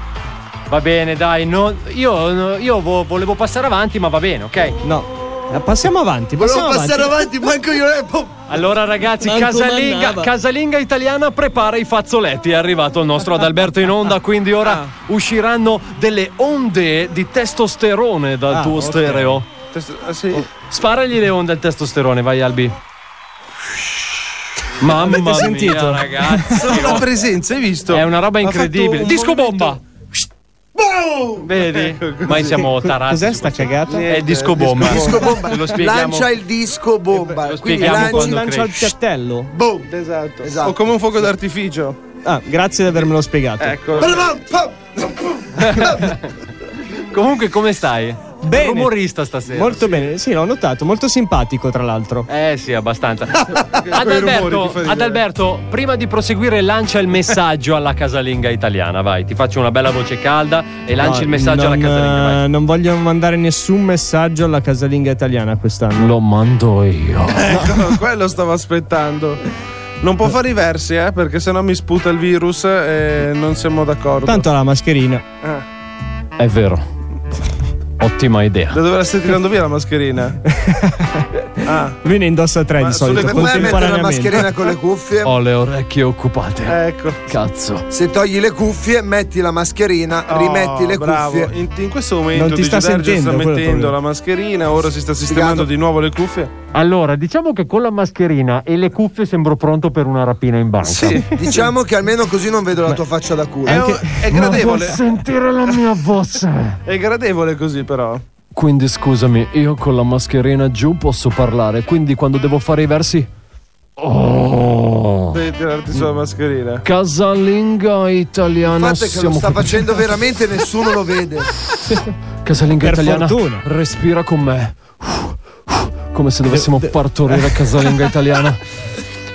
D: Va bene, dai, no- io, no- io vo- volevo passare avanti, ma va bene, ok?
F: No. Eh, Passiamo avanti.
Q: Volevo
F: Passiamo
Q: passare
F: avanti.
Q: avanti, manco io.
C: eh, boh.
D: Allora, ragazzi,
F: Manco
D: casalinga,
F: mannava.
D: casalinga italiana prepara i fazzoletti. È arrivato il nostro Adalberto in onda, quindi ora usciranno delle onde di testosterone dal
C: Ah,
D: tuo
C: ok.
D: stereo.
C: Testo- ah, sì.
D: Sparagli le onde al testosterone, vai Albi. Mamma mia,
C: sentito?
D: ragazzi.
C: Solo la presenza, hai visto?
D: È una roba
C: Ha fatto
D: incredibile.
C: un
D: Disco bomba.
C: Boom!
D: Vedi? Ma siamo tarati.
F: Cos'è sta cagata?
D: È disco bomba.
Q: Disco bomba.
D: Ve lo spieghiamo.
Q: Lancia il disco
C: Eh,
Q: bomba. Quindi
D: spieghiamo
Q: lanci-
D: quando
Q: lancia il
D: cresce.
F: Piattello.
C: Boh.
Q: Boom. Esatto.
C: O come un fuoco d'artificio.
F: Ah, grazie di avermelo spiegato.
C: Ecco.
D: Comunque, come stai?
F: Bene.
D: Rumorista stasera.
F: Molto bene, sì, l'ho notato, molto simpatico tra l'altro.
D: Eh sì, abbastanza.
F: Ad
D: Adalberto, Adalberto, prima di proseguire, lancia il messaggio alla casalinga italiana. Vai, ti faccio una bella voce calda e lanci
F: No,
D: il messaggio
F: non,
D: alla casalinga. Vai.
F: eh, Non voglio mandare nessun messaggio alla casalinga italiana quest'anno.
D: Lo mando io.
C: Ecco, quello stavo aspettando. Non può fare i versi, eh, perché sennò mi sputa il virus e non siamo d'accordo.
F: Tanto ha la mascherina.
C: Ah,
D: È vero. Ottima idea.
C: da dove la stai tirando via la mascherina? Ah,
F: Lui ne indossa tre
C: Ma
F: di
C: sulle
F: solito.
Q: Come mettere la
F: Contemporaneamente.
Q: mascherina con le cuffie?
D: Ho le orecchie occupate.
C: ecco.
D: Cazzo.
Q: Se togli le cuffie, metti la mascherina,
C: Oh,
Q: rimetti le
C: bravo.
Q: cuffie.
C: In, in questo momento
F: Non ti sta
C: Digi Darge
F: sentendo,
C: sta
F: quello è il
C: mettendo la
F: problema.
C: mascherina, ora si sta sistemando
Q: Sfigato.
C: di nuovo le cuffie.
D: Allora, diciamo che con la mascherina e le cuffie sembro pronto per una rapina in banca.
Q: Diciamo che almeno così non vedo la tua faccia da culo.
C: È, è gradevole.
D: sentire la mia voce.
C: È gradevole così, però.
D: Quindi scusami, io con la mascherina giù posso parlare, quindi quando devo fare i versi... Oh.
C: Devi tirarti sulla mascherina.
D: Casalinga italiana.
Q: Infatti è che lo
D: siamo
Q: sta
D: qui.
Q: facendo veramente e nessuno lo vede.
D: Casalinga
F: Per
D: italiana.
F: fortuna.
D: Respira con me. Come se dovessimo partorire casalinga italiana.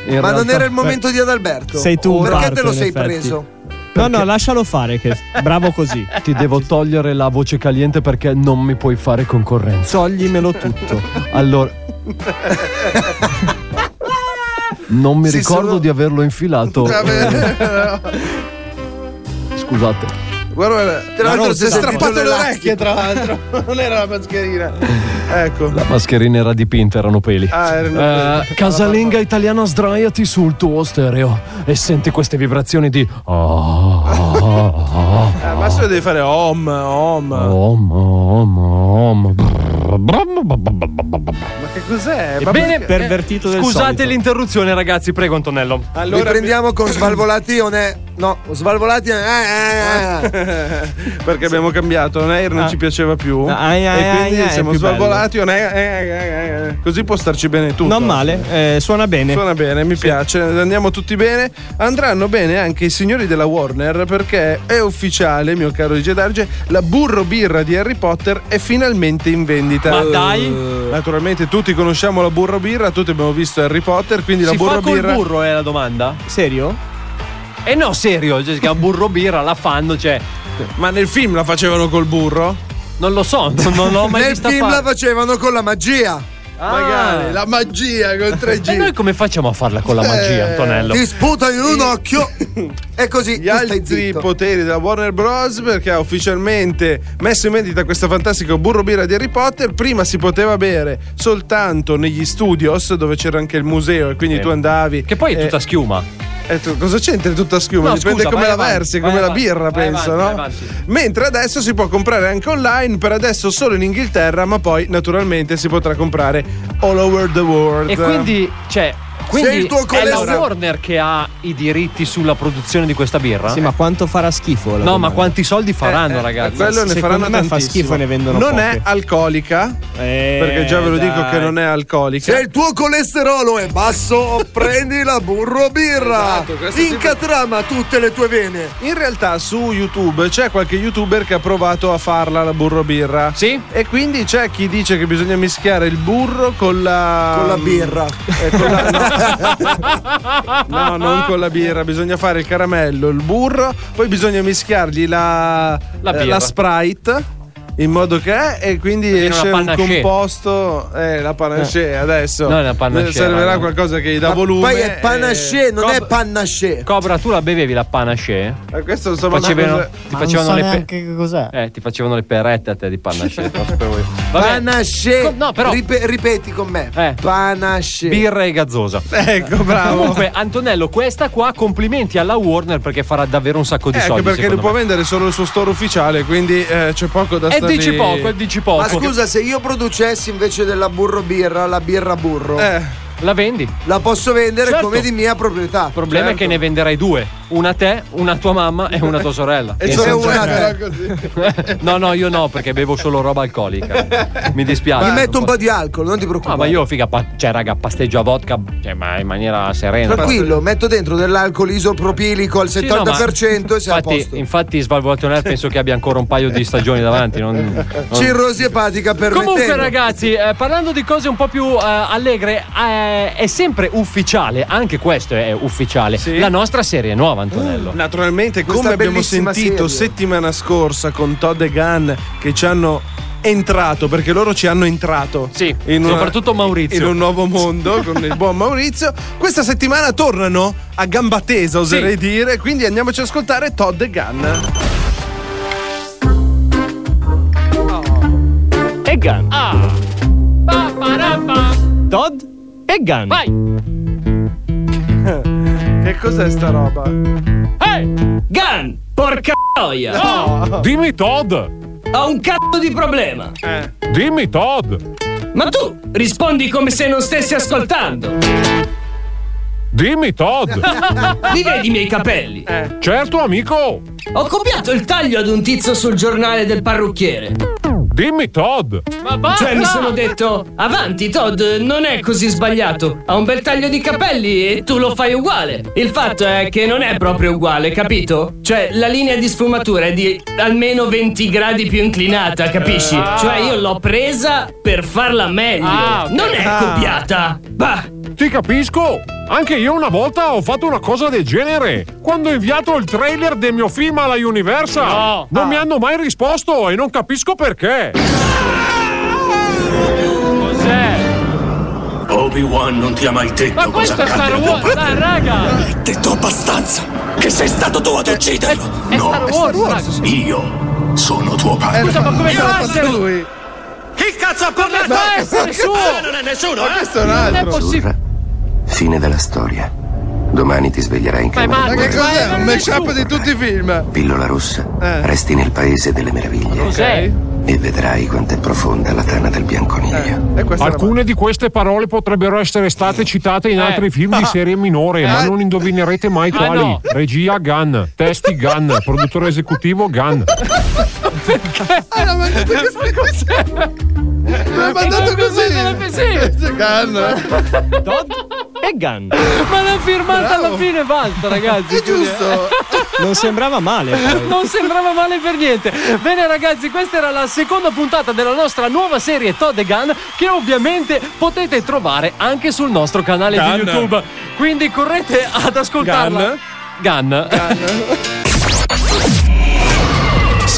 D: In
Q: Ma non
D: realtà-
Q: era il momento di Adalberto.
F: Sei tu un
Q: Perché
F: parto,
Q: te lo
F: in
Q: sei
F: effetti.
Q: preso?
F: No, no, lascialo fare, che bravo così.
D: Ti devo togliere la voce caliente perché non mi puoi fare concorrenza.
F: Toglimelo tutto.
D: Allora. Non mi
Q: Sì,
D: ricordo
Q: solo-
D: di averlo infilato. Eh, Scusate.
C: Guarda, guarda,
Q: Tra l'altro si è
C: strappato
Q: strappato
C: le
Q: l'elastico.
C: orecchie, tra l'altro. Non era la mascherina. Ecco.
D: La mascherina era dipinta, erano peli.
C: Ah, erano
D: Eh, casalinga italiana, sdraiati sul tuo stereo e senti queste vibrazioni di. Oh, oh,
C: Eh, ma se devi fare om, om.
M: Oh.
D: om, om, om.
C: Ma che cos'è? Ma
D: Bene,
C: perché-
F: Pervertito del
D: Scusate
F: solito.
D: l'interruzione, ragazzi, prego Antonello.
C: Allora,
Q: Riprendiamo con Svalvolati on air.
E: No, svalvolati. eh, eh, eh.
C: Perché abbiamo cambiato, on
M: Ah.
C: air non ci piaceva più.
M: ai, ai,
C: e quindi
M: ai, ah, è
C: siamo
M: più
C: svalvolati, on air, eh, eh, eh, eh. Così può starci bene tutto.
M: Non male, eh, suona bene.
C: Suona bene, mi piace, andiamo tutti bene. Andranno bene anche i signori della Warner perché è ufficiale, mio caro DJ Darge, la burro birra di Harry Potter è finalmente in vendita. Eh,
D: Ma dai!
C: Naturalmente tutti conosciamo la burro birra, tutti abbiamo visto Harry Potter, quindi
D: si
C: la burro
D: fa col
C: birra
D: burro è la domanda?
M: Serio?
D: Eh no, serio, cioè, si chiama burro birra, la fanno, cioè.
C: Ma nel film la facevano col burro?
D: Non lo so, non, non l'ho mai
E: Nel
D: vista
E: film
D: fare.
E: la facevano con la magia.
D: Ah.
C: Magari la Eh, magia con tre
D: E noi come facciamo a farla con la magia, Antonello?
E: Ti sputa in un occhio. E così
C: gli altri poteri della Warner Bros. perché ha ufficialmente messo in vendita questa fantastica burro birra di Harry Potter. Prima si poteva bere soltanto negli studios dove c'era anche il museo e quindi
D: Sì.
C: tu andavi.
D: Che poi è
C: eh,
D: tutta schiuma.
C: eh, tu- cosa c'entra tutta schiuma?
D: No,
C: Dipende
D: scusa,
C: come
D: vai
C: la
D: avanti,
C: versi,
D: vai
C: come la
D: avanti,
C: birra,
D: vai
C: penso,
D: avanti,
C: no?
D: vai avanti.
C: Mentre adesso si può comprare anche online, per adesso solo in Inghilterra, ma poi naturalmente si potrà comprare all over the world.
D: E quindi, cioè, quindi
C: Se il tuo
D: è la
C: colesterolo-
D: Warner che ha i diritti sulla produzione di questa birra?
C: Ah.
M: Sì, ma quanto farà schifo? la
D: No, ma
M: domanda?
D: quanti soldi faranno,
M: Eh, eh,
D: ragazzi?
C: Quello ne
M: Secondo
C: faranno
M: me fa
C: tantissimo.
M: schifo e ne vendono
C: Non
M: poche.
C: è alcolica,
F: Eh,
C: perché già ve lo dico
M: dai.
C: che non è alcolica.
E: Se il tuo colesterolo è basso, prendi la burro birra.
C: Esatto, questo tipo-
E: Incatrama tutte le tue vene.
C: In realtà su YouTube c'è qualche youtuber che ha provato a farla la burro birra.
D: Sì.
C: E quindi c'è chi dice che bisogna mischiare il burro con la.
E: Con la birra.
C: Eh, con la- No. No, non con la birra. Bisogna fare il caramello, il burro, poi bisogna mischiargli la,
D: La
C: eh,
D: birra.
C: sprite. In modo che e quindi
D: Quindi
C: esce
D: una
C: un
D: panaché.
C: composto. Eh, la panacea adesso. Eh,
D: No, è una panacea,
C: Servirà
D: no.
C: qualcosa che gli dà
E: Ma
C: volume.
E: Poi è panaché, non
D: Cobra-
E: è panaché.
D: Cobra, tu la bevevi la panaché?
C: e- e Eh, questo insomma una
D: Facevano,
C: cosa-
D: ti
F: Ma
D: facevano
F: non so
D: le pe-
F: neanche che cos'è.
D: eh, ti facevano le perrette a te di panaché. non sapevo io. Vabbè,
E: Panaché.
D: Co- no, però-
E: Ripe- ripeti con me.
D: Eh.
E: Panaché.
D: birra e gazzosa.
C: Ecco, bravo.
D: Comunque, Antonello, questa qua complimenti alla Warner perché farà davvero un sacco di
C: Eh,
D: soldi.
C: anche perché
D: secondo
C: li può
D: me.
C: vendere solo il suo store ufficiale, quindi eh, c'è poco da
D: E
C: stare
D: dici
C: lì.
D: poco, e dici poco.
E: Ma scusa, se io producessi invece della burro birra, la birra burro,
C: Eh,
D: la vendi? Il
E: la posso vendere
D: Certo.
E: come di mia proprietà.
D: problema
C: Certo.
D: è che ne venderai due: una a te, una a tua mamma e una a tua sorella.
C: e cioè,
E: E
C: sono
E: se una-
C: già così.
D: no, no, io no, perché bevo solo roba alcolica. Mi dispiace.
E: Mi metto
D: non
E: un
D: posso-
E: po' di alcol, non ti
D: No,
E: preoccupare.
D: ma io figa, pa- cioè, raga, pasteggio a vodka, cioè, ma in maniera serena.
E: Tranquillo, metto dentro dell'alcol isopropilico al 70%
D: Sì, no,
E: e siamo a
D: ma- infatti,
E: posto.
D: infatti Svalvolato Nerd penso che abbia ancora un paio di stagioni davanti. non- non-
E: Cirrosi epatica per
D: Comunque, ragazzi, eh, parlando di cose un po' più eh, allegre, eh, è sempre ufficiale, anche questo è ufficiale.
C: Sì.
D: La nostra serie nuova, Antonello.
C: Naturalmente,
E: Questa
C: come abbiamo
E: bellissima
C: sentito
E: serie.
C: settimana scorsa con Todd e Gunn che ci hanno entrato, perché loro ci hanno entrato.
D: Sì,
C: in una-
D: soprattutto Maurizio.
C: In un nuovo mondo con il buon Maurizio. Questa settimana tornano a gamba tesa, oserei
D: Sì.
C: dire. Quindi andiamoci ad ascoltare Todd e Gunn.
M: E Gun.
D: Ah. Pa, pa, ra, pa.
M: Todd e Gun.
D: Vai!
C: Che cos'è sta roba?
D: Hey!
U: Gun, porca noia!
K: Dimmi Todd!
U: Ho un cazzo di problema!
C: Eh.
K: Dimmi Todd!
U: Ma tu rispondi come se non stessi ascoltando!
K: Dimmi Todd!
U: Mi vedi i miei capelli?
C: Eh.
K: Certo amico!
U: Ho copiato il taglio ad un tizio sul giornale del parrucchiere.
K: Dimmi Todd!
D: Ma basta!
U: Cioè mi sono detto, avanti Todd, non è così sbagliato. Ha un bel taglio di capelli e tu lo fai uguale. Il fatto è che non è proprio uguale, capito? Cioè la linea di sfumatura è di almeno 20 gradi più inclinata, capisci?
D: Ah.
U: Cioè io l'ho presa per farla meglio.
D: Ah, ok.
U: Non è copiata. Bah.
K: Ti capisco! Anche io una volta ho fatto una cosa del genere! Quando ho inviato il trailer del mio film alla Universal!
D: No. Ah.
K: Non mi hanno mai risposto e non capisco perché!
D: Cos'è?
V: Obi-Wan non ti ha mai detto
D: Ma questo
V: cosa
D: è Star
V: accade
D: Wars!
V: dopo.
D: Dai, raga!
V: Ti ha detto abbastanza che sei stato tu ad
W: Eh,
V: ucciderlo.
D: È Star Wars! raga.
V: Io sono tuo padre.
D: Scusa, ma come può essere?
C: Eh, lui.
V: Chi cazzo ha parlato?
D: Può essere suo!
V: non è nessuno, eh?
C: Questo è un
D: Non è
C: altro.
D: possibile!
X: Fine della storia. Domani ti sveglierai in
D: Ma è
X: camera.
C: Ma
D: matto!
C: che cos'è?
D: Ma è
C: Un mashup di tutti i film.
X: Pillola rossa.
C: Eh.
X: Resti nel paese delle meraviglie.
D: Cos'è?
C: Ok.
X: e vedrai quanto è profonda la tana del
E: Eh.
X: bianconiglio.
K: Alcune di queste parole potrebbero essere state citate in
X: Eh.
K: altri film
D: Ah,
K: di serie minore, ma
X: Eh.
K: non indovinerete mai
X: Ah,
K: quali.
X: no.
K: Regia Gunn, testi Gunn, produttore esecutivo Gunn.
I: Ah, l'ha mandato così. L'ha mandato così.
C: Sì.
D: E Gun. Ma l'ha firmata alla fine basta, ragazzi. È giusto.
M: Non sembrava male. poi.
D: Non sembrava male per niente. Bene, ragazzi, questa era la seconda puntata della nostra nuova serie Todd e Gun, che ovviamente potete trovare anche sul nostro canale
C: Gun.
D: di YouTube. Quindi correte ad ascoltarla. Gun.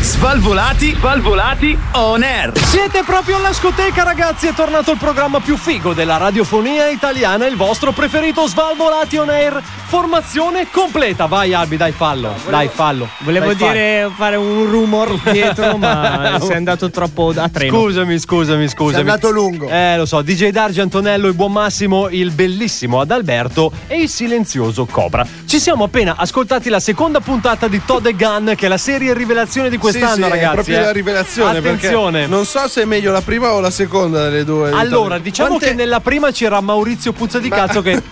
W: Svalvolati, svalvolati on air.
D: Siete proprio alla scoteca, ragazzi. È tornato il programma più figo della radiofonia italiana, il vostro preferito Svalvolati on air. Formazione completa. Vai, Albi, dai, fallo. dai, fallo.
M: Volevo
D: Dai, fallo.
M: dire fare un rumor dietro, ma sei andato troppo a treno.
D: Scusami, scusami, scusami.
M: Sei andato
D: lungo. Eh, lo so. DJ Dargi Antonello, il buon Massimo, il bellissimo Adalberto e il silenzioso Cobra. Ci siamo appena ascoltati la seconda puntata di Todd e Gun, che è la serie rivelazione di quest'anno,
C: Sì, sì,
D: ragazzi.
C: È proprio
D: eh.
C: la rivelazione. perché
D: Attenzione.
C: Non so se è meglio la prima o la seconda delle due.
D: Allora, diciamo che nella prima c'era Maurizio Puzza di Cazzo che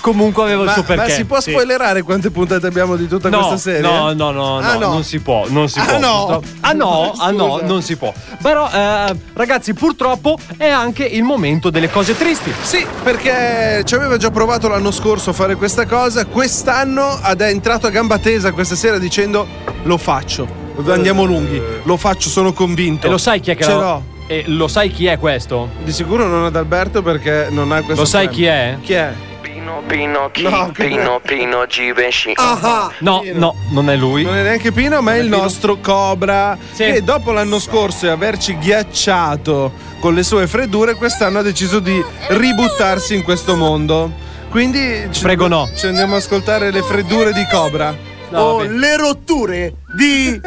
D: comunque aveva il
C: Ma,
D: suo perché.
C: ma si può
D: Sì.
C: spoilerare quante puntate abbiamo di tutta
D: No,
C: questa serie?
D: no, no, no,
C: Ah,
D: no, non si può, non si
C: Ah,
D: può.
C: no?
D: purtroppo. Ah no, ah no,
C: Scusa.
D: non si può. Però eh, ragazzi, purtroppo è anche il momento delle cose tristi.
C: Sì, perché ci aveva già provato l'anno scorso a fare questa cosa, quest'anno ad- è entrato a gamba tesa questa sera dicendo lo faccio. Andiamo lunghi, lo faccio, sono convinto.
D: E lo sai chi è che
C: Ce
D: l'ha-
C: l'ho.
D: E lo sai chi è questo?
C: Di sicuro non ad Alberto perché non ha questo.
D: Lo sai chi è?
C: Chi è?
X: Pino, Pino, chi?
C: No, che-
X: Pino, Pino, Givenchy.
Q: Ah,
E: Ah,
D: No, no, non è lui.
C: Non è neanche Pino, ma è il nostro Cobra. Che dopo l'anno scorso e averci ghiacciato con le sue freddure, quest'anno ha deciso di ributtarsi in questo mondo. Quindi. Ci
D: Prego, no.
C: Ci andiamo ad ascoltare le freddure di Cobra.
E: Oh, le rotture di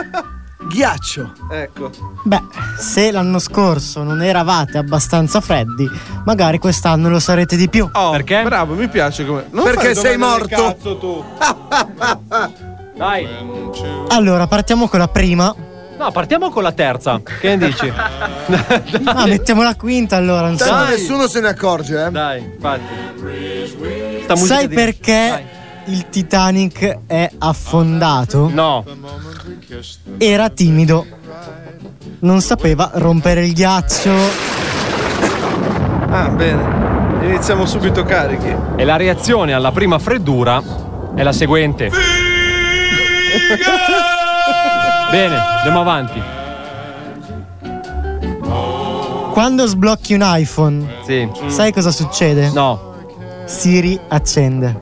E: ghiaccio.
C: Ecco.
F: Beh, se l'anno scorso non eravate abbastanza freddi, magari quest'anno lo sarete di più.
D: perché?
C: Oh, Bravo, mi piace come. non fare
E: Perché sei
C: domande del
E: morto?
C: cazzo tu.
D: Dai.
F: Allora, partiamo con la prima.
D: No, partiamo con la terza. Che ne dici?
F: Ah, mettiamo la quinta allora, non so.
E: Tanto Ah, nessuno se ne accorge, eh.
D: Dai, infatti. Sta musica
F: Sai
D: di-
F: perché il Titanic è affondato?
D: No.
F: Era timido. Non sapeva rompere il ghiaccio.
C: Ah, bene. Iniziamo subito carichi.
E: Eh,
D: E la reazione alla prima freddura è la seguente. Bene, andiamo avanti.
F: Quando sblocchi un iPhone,
D: Sì.
F: sai cosa succede?
D: No.
F: Siri accende.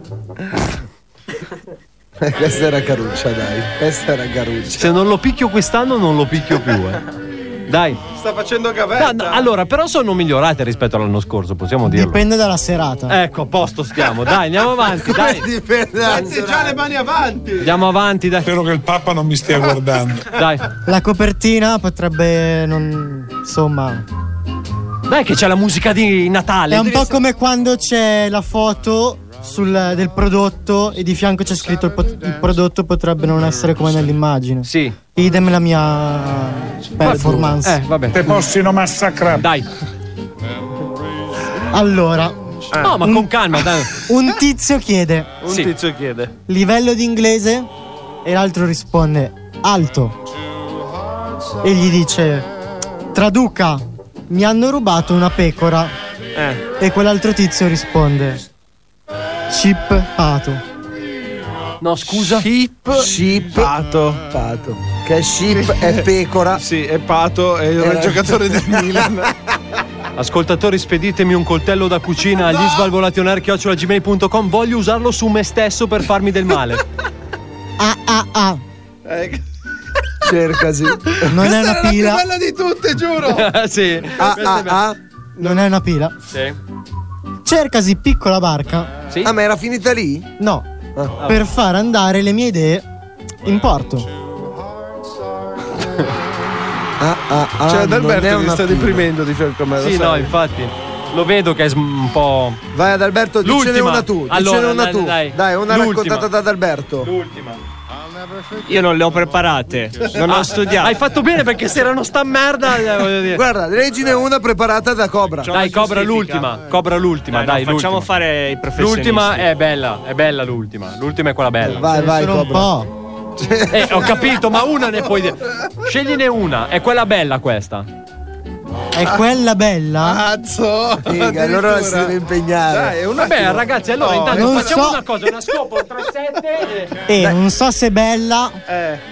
E: Questa era caruccia, dai. Questa era caruccia.
D: Se non lo picchio quest'anno non lo picchio più, eh. Dai.
C: Sta facendo
D: No,
C: gavetta.
D: no, allora, però sono migliorate rispetto all'anno scorso, possiamo dirlo.
F: Dipende dalla serata.
D: Ecco, a posto stiamo. Dai, andiamo avanti, dai.
C: Metti già le mani avanti.
D: Andiamo avanti, dai. Ah.
G: Spero che il Papa non mi stia guardando.
D: Dai.
F: La copertina potrebbe non. insomma.
D: Dai che c'è la musica di Natale.
F: È un po' come quando c'è la foto sul- del prodotto e di fianco c'è scritto il, pot- il prodotto potrebbe non essere come nell'immagine.
D: Sì.
F: Idem la mia performance.
G: Eh, vabbè. Te possino massacrare.
D: Dai.
F: Allora,
G: Ah.
D: No, ma
F: un-
D: con calma, dai.
F: un tizio chiede
C: Un tizio chiede.
F: livello di inglese e l'altro risponde alto. E gli dice traduca, mi hanno rubato una pecora.
C: Eh.
F: E quell'altro tizio risponde Chip Pato.
D: No, scusa.
C: Ship. Ship. Pato.
E: Pato. Che ship è pecora.
C: Sì, è Pato, è il
E: Era-
C: giocatore del Milan.
D: Ascoltatori, speditemi un coltello da cucina agli svalvolationair.gmail.com. Voglio usarlo su me stesso per farmi del male.
F: Ah ah ah.
E: Cercasi.
F: Non è una pila.
C: bella di tutte, giuro.
D: sì.
E: Ah,
D: Questa
E: ah,
D: è bella.
E: ah.
F: Non è una pila.
D: Sì.
F: Cercasi piccola barca.
C: Ah, cioè,
E: Ah, ma era finita lì?
F: No. Per far andare le mie idee in porto.
E: Ah, ah, ah,
C: C'è
E: non è
C: Cioè, Adalberto che
E: una
C: si sta
E: pillola.
C: deprimendo di fianco a me. lo
D: Sì,
C: sai.
D: no, infatti. Lo vedo che è sm- un po'.
E: Vai Adalberto, dicene
D: L'ultima.
E: una tu. Dicene
D: Allora,
E: una
D: dai,
E: tu.
D: dai.
E: una
D: L'ultima.
E: raccontata da Adalberto. L'ultima.
M: Io non le ho preparate, non ho
D: Ah,
M: studiato.
D: Hai fatto bene perché se erano sta merda, eh, voglio dire.
E: Guarda, leggine una preparata da Cobra.
D: Dai, cobra l'ultima, cobra l'ultima,
M: Dai,
D: dai,
M: no, facciamo
D: l'ultima.
M: fare i professionisti.
D: L'ultima è bella, è bella l'ultima. L'ultima è quella bella.
E: Vai, vai,
D: Sono un
E: Cobra.
D: po'. Eh, ho capito, ma una ne puoi dire. Scegliene una, è quella bella questa.
F: È quella
C: Ah.
F: bella?
C: Cazzo!
E: Figa, allora si deve impegnare.
C: Dai, è un
D: Vabbè,
C: attimo.
D: ragazzi, allora
F: No,
D: intanto
F: non
D: facciamo
F: so.
D: una cosa, una scopa, un 3-7.
F: E
D: A
F: non so se è bella,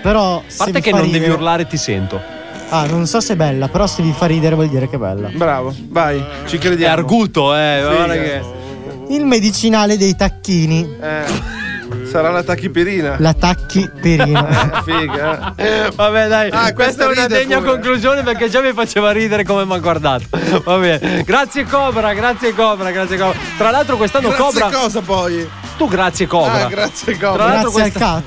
F: però. se
D: parte
F: vi
D: che
F: fa
D: non devi
F: ridere-
D: urlare, ti sento.
F: Ah, non so se è bella, però se vi fa ridere vuol dire che è bella.
C: Bravo, vai, ci
D: È
C: crediamo.
D: arguto, eh. Guarda
C: Figa.
D: che.
F: Il medicinale dei tacchini.
C: Eh, sarà la tachipirina.
F: La tacchiperina.
C: Eh, figa.
D: Vabbè, dai,
C: Ah,
D: questa è
C: questa
D: una
C: ride
D: degna
C: pure.
D: conclusione perché già mi faceva ridere come mi ha guardato. Va bene. Grazie Cobra, grazie Cobra, grazie Cobra. Tra l'altro quest'anno
C: Grazie
D: Cobra
C: cosa poi?
D: tu grazie Cobra.
C: Ah, grazie Cobra.
D: Tra l'altro
F: Grazie al
D: questa-
F: cat.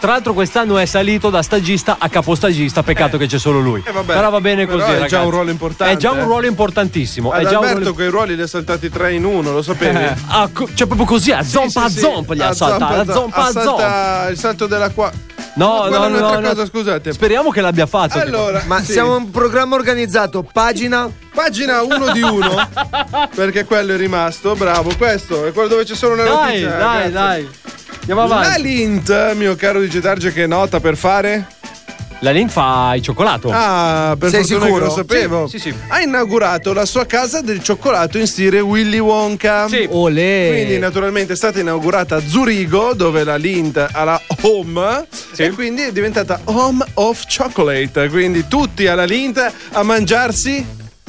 D: Tra l'altro quest'anno è salito da stagista a capostagista, peccato che c'è solo lui.
C: Eh, vabbè.
D: Però va bene
C: Però
D: così,
C: è già
D: ragazzi.
C: un ruolo importante,
D: È già un
C: eh.
D: ruolo importantissimo, è
C: Ad
D: già un
C: Alberto
D: ruolo-
C: quei ruoli li ha saltati tre in uno, lo sapevi?
D: Eh, ah, co- cioè proprio così, a zompa a zompa
C: Ah,
D: gli ha saltato, a zompa a zompa.
C: Assalta il salto della qua.
D: No,
C: Quella
D: no,
C: è
D: no,
C: un'altra
D: no.
C: cosa, scusate.
D: Speriamo che l'abbia fatto.
C: Allora,
E: Ma
C: sì.
E: siamo un programma organizzato, pagina.
C: Pagina 1 di 1, perché quello è rimasto, bravo, questo è quello dove ci sono le
D: Dai,
C: notizie.
D: dai,
C: ragazzi.
D: dai. Andiamo avanti.
C: La Lint, mio caro Digitarge, che è nota per fare?
D: La Lin fa il cioccolato.
C: Ah, per
E: Oh. Sei
C: fortuna
E: sicuro?
C: che lo sapevo.
D: Sì, sì, sì.
C: Ha inaugurato la sua casa del cioccolato in stile Willy Wonka.
D: Sì.
M: Olè.
C: Quindi naturalmente è stata inaugurata a Zurigo, dove la Lind ha la Home e quindi è diventata Home of Chocolate. Quindi tutti alla Lind a mangiarsi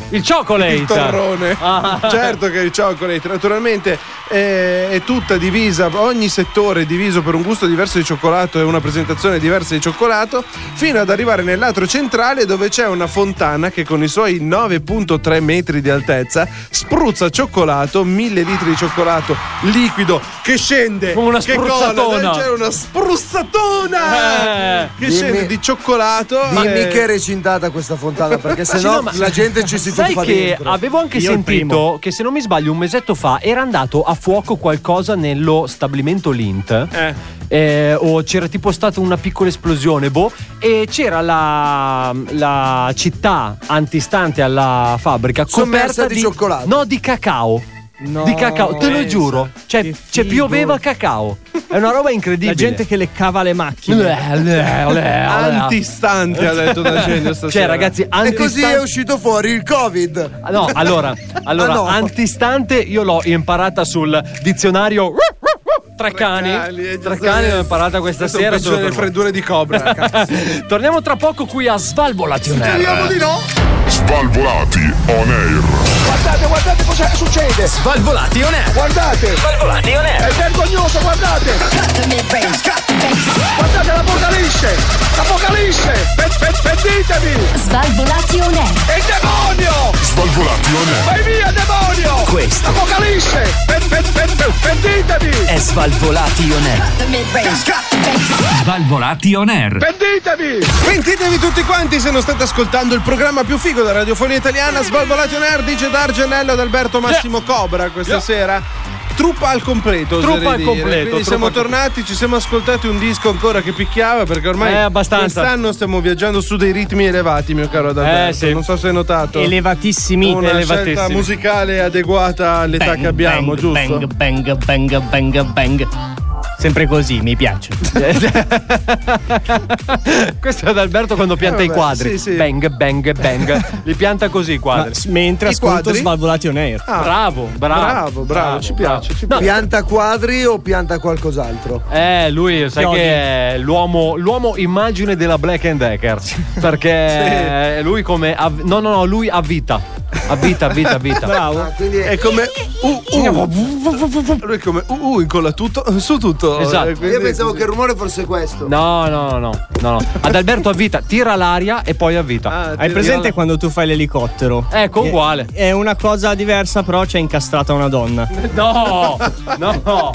D: Il cioccolate.
C: il torrone.
D: Eh, esatto. Ah.
C: Certo che il chocolate, naturalmente eh, è tutta divisa, ogni settore è diviso per un gusto diverso di cioccolato e una presentazione diversa di cioccolato, fino ad arrivare nel lato centrale dove c'è una fontana che con i suoi 9.3 metri di altezza spruzza cioccolato, 1000 litri di cioccolato liquido che scende.
D: Come una
C: che cola,
D: spruzzatona.
C: C'è una spruzzatona
D: Eh.
C: che
E: Dimmi-
C: scende di cioccolato.
E: Dimmi
C: eh,
E: che è recintata questa fontana, perché se
D: Sì,
E: no
D: no, ma-
E: la gente ci si
D: Sai
E: tuffa
D: che
E: dentro.
D: avevo anche
M: Io il
D: sentito
M: primo.
D: che se non mi sbaglio un mesetto fa era andato a fuoco qualcosa nello stabilimento Lint
C: Eh.
D: Eh, o c'era tipo stata una piccola esplosione boh e c'era la, la città antistante alla fabbrica
E: Sommersa
D: coperta
E: di cioccolato.
D: no di cacao
M: No,
D: di cacao te lo
M: pensa,
D: giuro cioè,
M: che
D: cioè,
M: figo.
D: pioveva cacao è una roba incredibile
M: La gente che leccava le macchine.
D: Bleh, bleh, bleh, bleh.
C: Antistante ha detto da gente stasera.
D: cioè ragazzi
E: E così
D: antistante
E: è uscito fuori il Covid.
D: Ah, No, allora, allora
E: Ah, no.
D: antistante io l'ho imparata sul dizionario tra cani.
C: cani,
D: Tra cani l'ho imparata questa
C: eh, Questo
D: sera.
C: è peggio
D: solo
C: delle
D: per voi.
C: freddure di cobra. cazzo.
D: Torniamo tra poco qui a Svalvolation.
C: Speriamo di no.
N: Svalvolati on air.
G: Guardate, guardate cosa succede!
W: Svalvolati on air.
G: Guardate!
W: Svalvolati on air.
G: È vergognoso, guardate! Guardate l'apocalisse! L'apocalisse! Pe- pe- Pentitevi!
A: Svalvolati on air.
G: È il demonio!
N: Svalvolati on air.
G: Vai via, demonio!
B: Questo.
G: Apocalisse! Pe- pe- pe- pe- Pentitevi!
B: È Svalvolati on air.
W: Svalvolati on air.
G: Pentitevi!
C: Pentitevi tutti quanti se non state ascoltando il programma più figo della radiofonia italiana, Svalvolati on Air, dice D'Argenello ad Alberto Massimo Cobra questa sera. Truppa al completo,
D: Truppa
C: oserei
D: al
C: dire.
D: completo,
C: Quindi
D: truppa
C: siamo
D: al completo.
C: tornati, ci siamo ascoltati un disco ancora che picchiava perché ormai
D: Eh, abbastanza.
C: quest'anno stiamo viaggiando su dei ritmi elevati, mio caro Adalberto.
D: Eh, sì.
C: Non so se hai notato.
M: Elevatissimi,
C: una scelta
M: elevatissimi.
C: musicale adeguata all'età che abbiamo, giusto?
M: Bang, bang, bang, bang, bang. Sempre così, mi piace.
D: Questo è ad Alberto quando pianta
C: Eh,
D: i
C: vabbè,
D: quadri.
C: sì, sì.
D: Bang, bang, bang. Li pianta così i quadri.
M: S- Mentre
C: I
M: ascolto
C: quadri?
M: Svalvolati on air.
C: Ah,
D: Bravo, bravo.
C: bravo, bravo, ci piace, ci piace.
E: Pianta quadri o pianta qualcos'altro?
D: Eh, lui sai
M: Chiodi.
D: che è l'uomo, l'uomo immagine della Black and Decker. Perché lui come. a- no, no, no, lui ha vita. A vita, a vita, a vita.
M: Bravo.
E: Ah, quindi
C: È come uh, uh. Lui è come uh, uh incolla tutto su tutto. tutto.
D: Esatto.
C: Eh, quindi-
E: Io pensavo che il rumore fosse questo.
D: No, no, no, no, no. Ad Alberto a vita, tira l'aria e poi a vita.
C: Ah.
M: Hai presente quando tu fai l'elicottero?
D: Ecco,
M: Che
D: uguale.
M: È una cosa diversa, però c'è incastrata una donna.
D: No, no, no.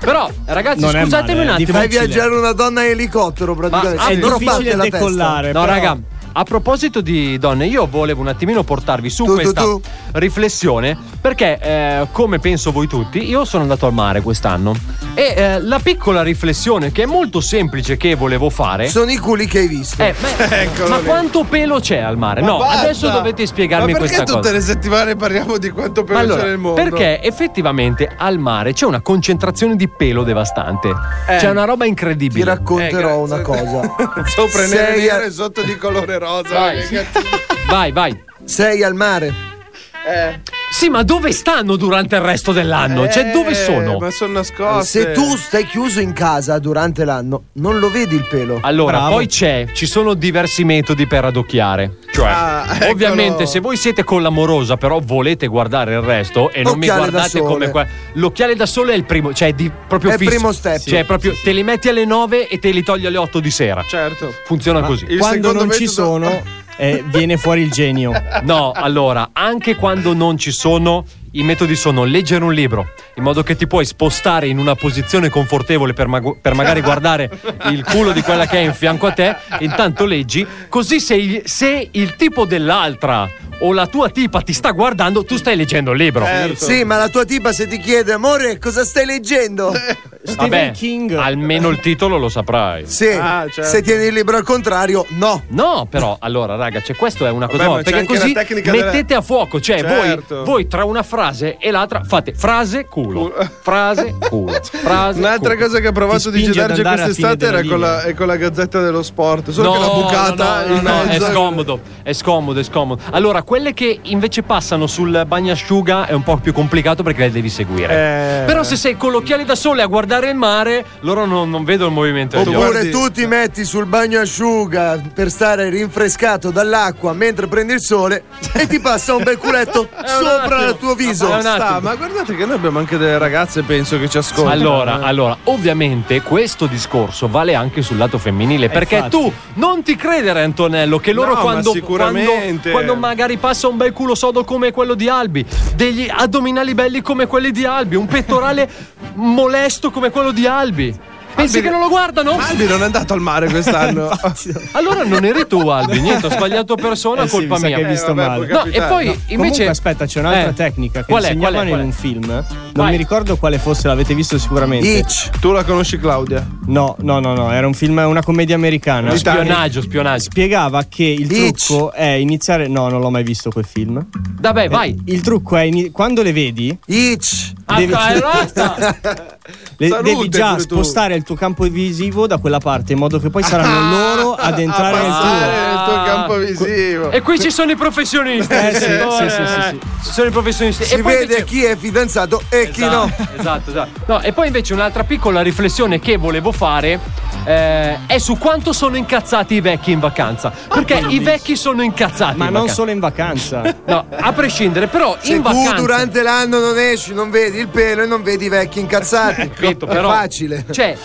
D: Però, ragazzi,
M: Non è
D: scusatemi
C: eh.
M: male, eh.
D: un
M: è
D: attimo.
E: Fai viaggiare una donna in elicottero praticamente.
D: a
E: Sì, non
D: proposito-
E: sbatte la testa.
D: No, raga. A proposito di donne, io volevo un attimino portarvi su
E: tu,
D: questa
E: tu.
D: riflessione perché, eh, come penso voi tutti, io sono andato al mare quest'anno e eh, la piccola riflessione che è molto semplice che volevo fare
E: Sono i culi che hai visto.
D: Eh, ma- ma quanto pelo c'è al mare?
E: Ma
D: no,
E: basta!
D: adesso dovete spiegarmi
C: Ma perché
D: questa cosa.
C: tutte le settimane parliamo di quanto
D: Ma
C: peluche
D: allora,
C: nel mondo?
D: perché effettivamente al mare c'è una concentrazione di pelo devastante.
E: Eh.
D: c'è una roba incredibile.
E: Ti racconterò una cosa.
C: Sopra nero e
E: Sei a-
C: nero e sotto di colore rosa. eh,
D: Vai.
C: Che cazzo-
D: Vai, vai.
E: Sei al mare.
D: Sì, ma dove stanno durante il resto dell'anno? cioè, dove
E: Eh,
D: sono?
E: ma
C: sono nascoste.
E: Se tu stai chiuso in casa durante l'anno, non lo vedi il pelo.
D: Allora, poi c'è, ci sono diversi metodi per radocchiare. Cioè,
E: Ah, eccolo.
D: ovviamente, se voi siete con l'amorosa, però volete guardare il resto e non mi
E: Occhiale da
D: guardate
E: sole.
D: come qua. L'occhiale da sole è il primo, cioè di, proprio
E: È il
D: fisso.
E: primo step.
D: Cioè, proprio te li metti alle 9 e te li togli alle 8 di sera.
C: Certo.
D: Funziona così.
M: Quando non ci sono, eh, viene fuori il genio.
D: No, allora, anche quando non ci sono, i metodi sono leggere un libro, in modo che ti puoi spostare in una posizione confortevole per, magu- per magari guardare il culo di quella che è in fianco a te, intanto leggi, così se il, se il tipo dell'altra o la tua tipa ti sta guardando, tu stai leggendo il libro.
C: Eh, Certo.
E: Sì, ma la tua tipa se ti chiede, amore, cosa stai leggendo?
C: Eh.
E: Stephen
D: Vabbè,
E: King.
D: almeno il titolo lo saprai.
E: Sì,
C: Ah, certo.
E: se tieni il libro al contrario, no.
D: No, però allora, raga, cioè, questo è una cosa.
E: Vabbè,
D: nuova,
E: ma c'è
D: perché
E: anche
D: così
E: la tecnica della-
D: mettete a fuoco, cioè
C: Certo.
D: voi, voi tra una frase e l'altra fate frase culo, frase culo, frase.
C: Un'altra
D: culo.
C: cosa che ha provato di girarci quest'estate era con la, è con la Gazzetta dello Sport, solo
D: No,
C: che l'ha bucata
D: no, no,
C: in
D: no, è
C: mezzo.
D: scomodo, è scomodo, è scomodo. Allora, quelle che invece passano sul bagnasciuga è un po' più complicato perché le devi seguire.
E: Eh.
D: Però se sei con l'occhiale da sole a guardare il mare, loro non, non vedono il movimento degli
E: Oppure
D: occhi.
E: tu ti metti sul bagno asciuga per stare rinfrescato dall'acqua mentre prendi il sole e ti passa un bel culetto sopra il tuo viso.
C: Ma basta, ma guardate che noi abbiamo anche delle ragazze, penso, che ci ascoltano.
D: Allora,
M: Eh.
D: allora, ovviamente questo discorso vale anche sul lato femminile, perché
C: infatti.
D: tu non ti credere, Antonello, che loro
C: No, ma
D: quando,
C: sicuramente.
D: quando- quando magari passa un bel culo sodo come quello di Albi, degli addominali belli come quelli di Albi, un pettorale molesto come quello di Albi. Pensi
C: Albi-
D: che non lo guardano?
C: Ma Albi non è andato al mare quest'anno.
D: Allora non eri tu, Albi. Niente, ho sbagliato persona,
M: Eh sì,
D: colpa
M: mi sa
D: mia.
M: che hai visto
D: Eh, vabbè,
M: male.
D: può No, e poi
M: No,
D: invece.
M: comunque, aspetta, c'è un'altra
D: Eh,
M: tecnica che
D: qual è, qual è,
M: insegnavano
D: qual è?
M: in un film. Non
D: Vai.
M: mi ricordo quale fosse, l'avete visto sicuramente.
E: Hitch.
C: Tu la conosci Claudia?
M: No, no, no, no, era un film, una commedia americana.
D: Di Spionaggio, spionaggio.
M: Spiegava che il
D: Hitch.
M: trucco è iniziare. No, non l'ho mai visto quel film. Eh.
D: Vabbè, vai.
M: Il trucco è ini- quando le vedi.
E: Hitch.
D: Ah,
M: Devi, le-
E: Salute
M: devi già
E: pure tu.
M: spostare il tuo campo visivo da quella parte in modo che poi
F: Ah,
M: saranno loro ad entrare nel tuo.
C: nel tuo campo visivo.
D: Ah. E qui ci sono i professionisti.
M: Eh, sì, sì, sì, sì, sì.
D: Ci sono i professionisti.
E: Si
D: e poi
E: vede
D: invece-
E: chi è fidanzato e chi
D: Esatto,
E: no.
D: Esatto, esatto. No, e poi invece un'altra piccola riflessione che volevo fare eh, è su quanto sono incazzati i vecchi in vacanza. Perché i vecchi sono incazzati.
M: Ma non
D: in vacanza.
M: solo in vacanza.
D: No, a prescindere, però
E: Se
D: in
E: tu
D: vacanza.
E: durante l'anno non esci, non vedi il pelo e non vedi i vecchi incazzati.
D: Capito,
E: è
D: però-
E: facile.
D: Cioè,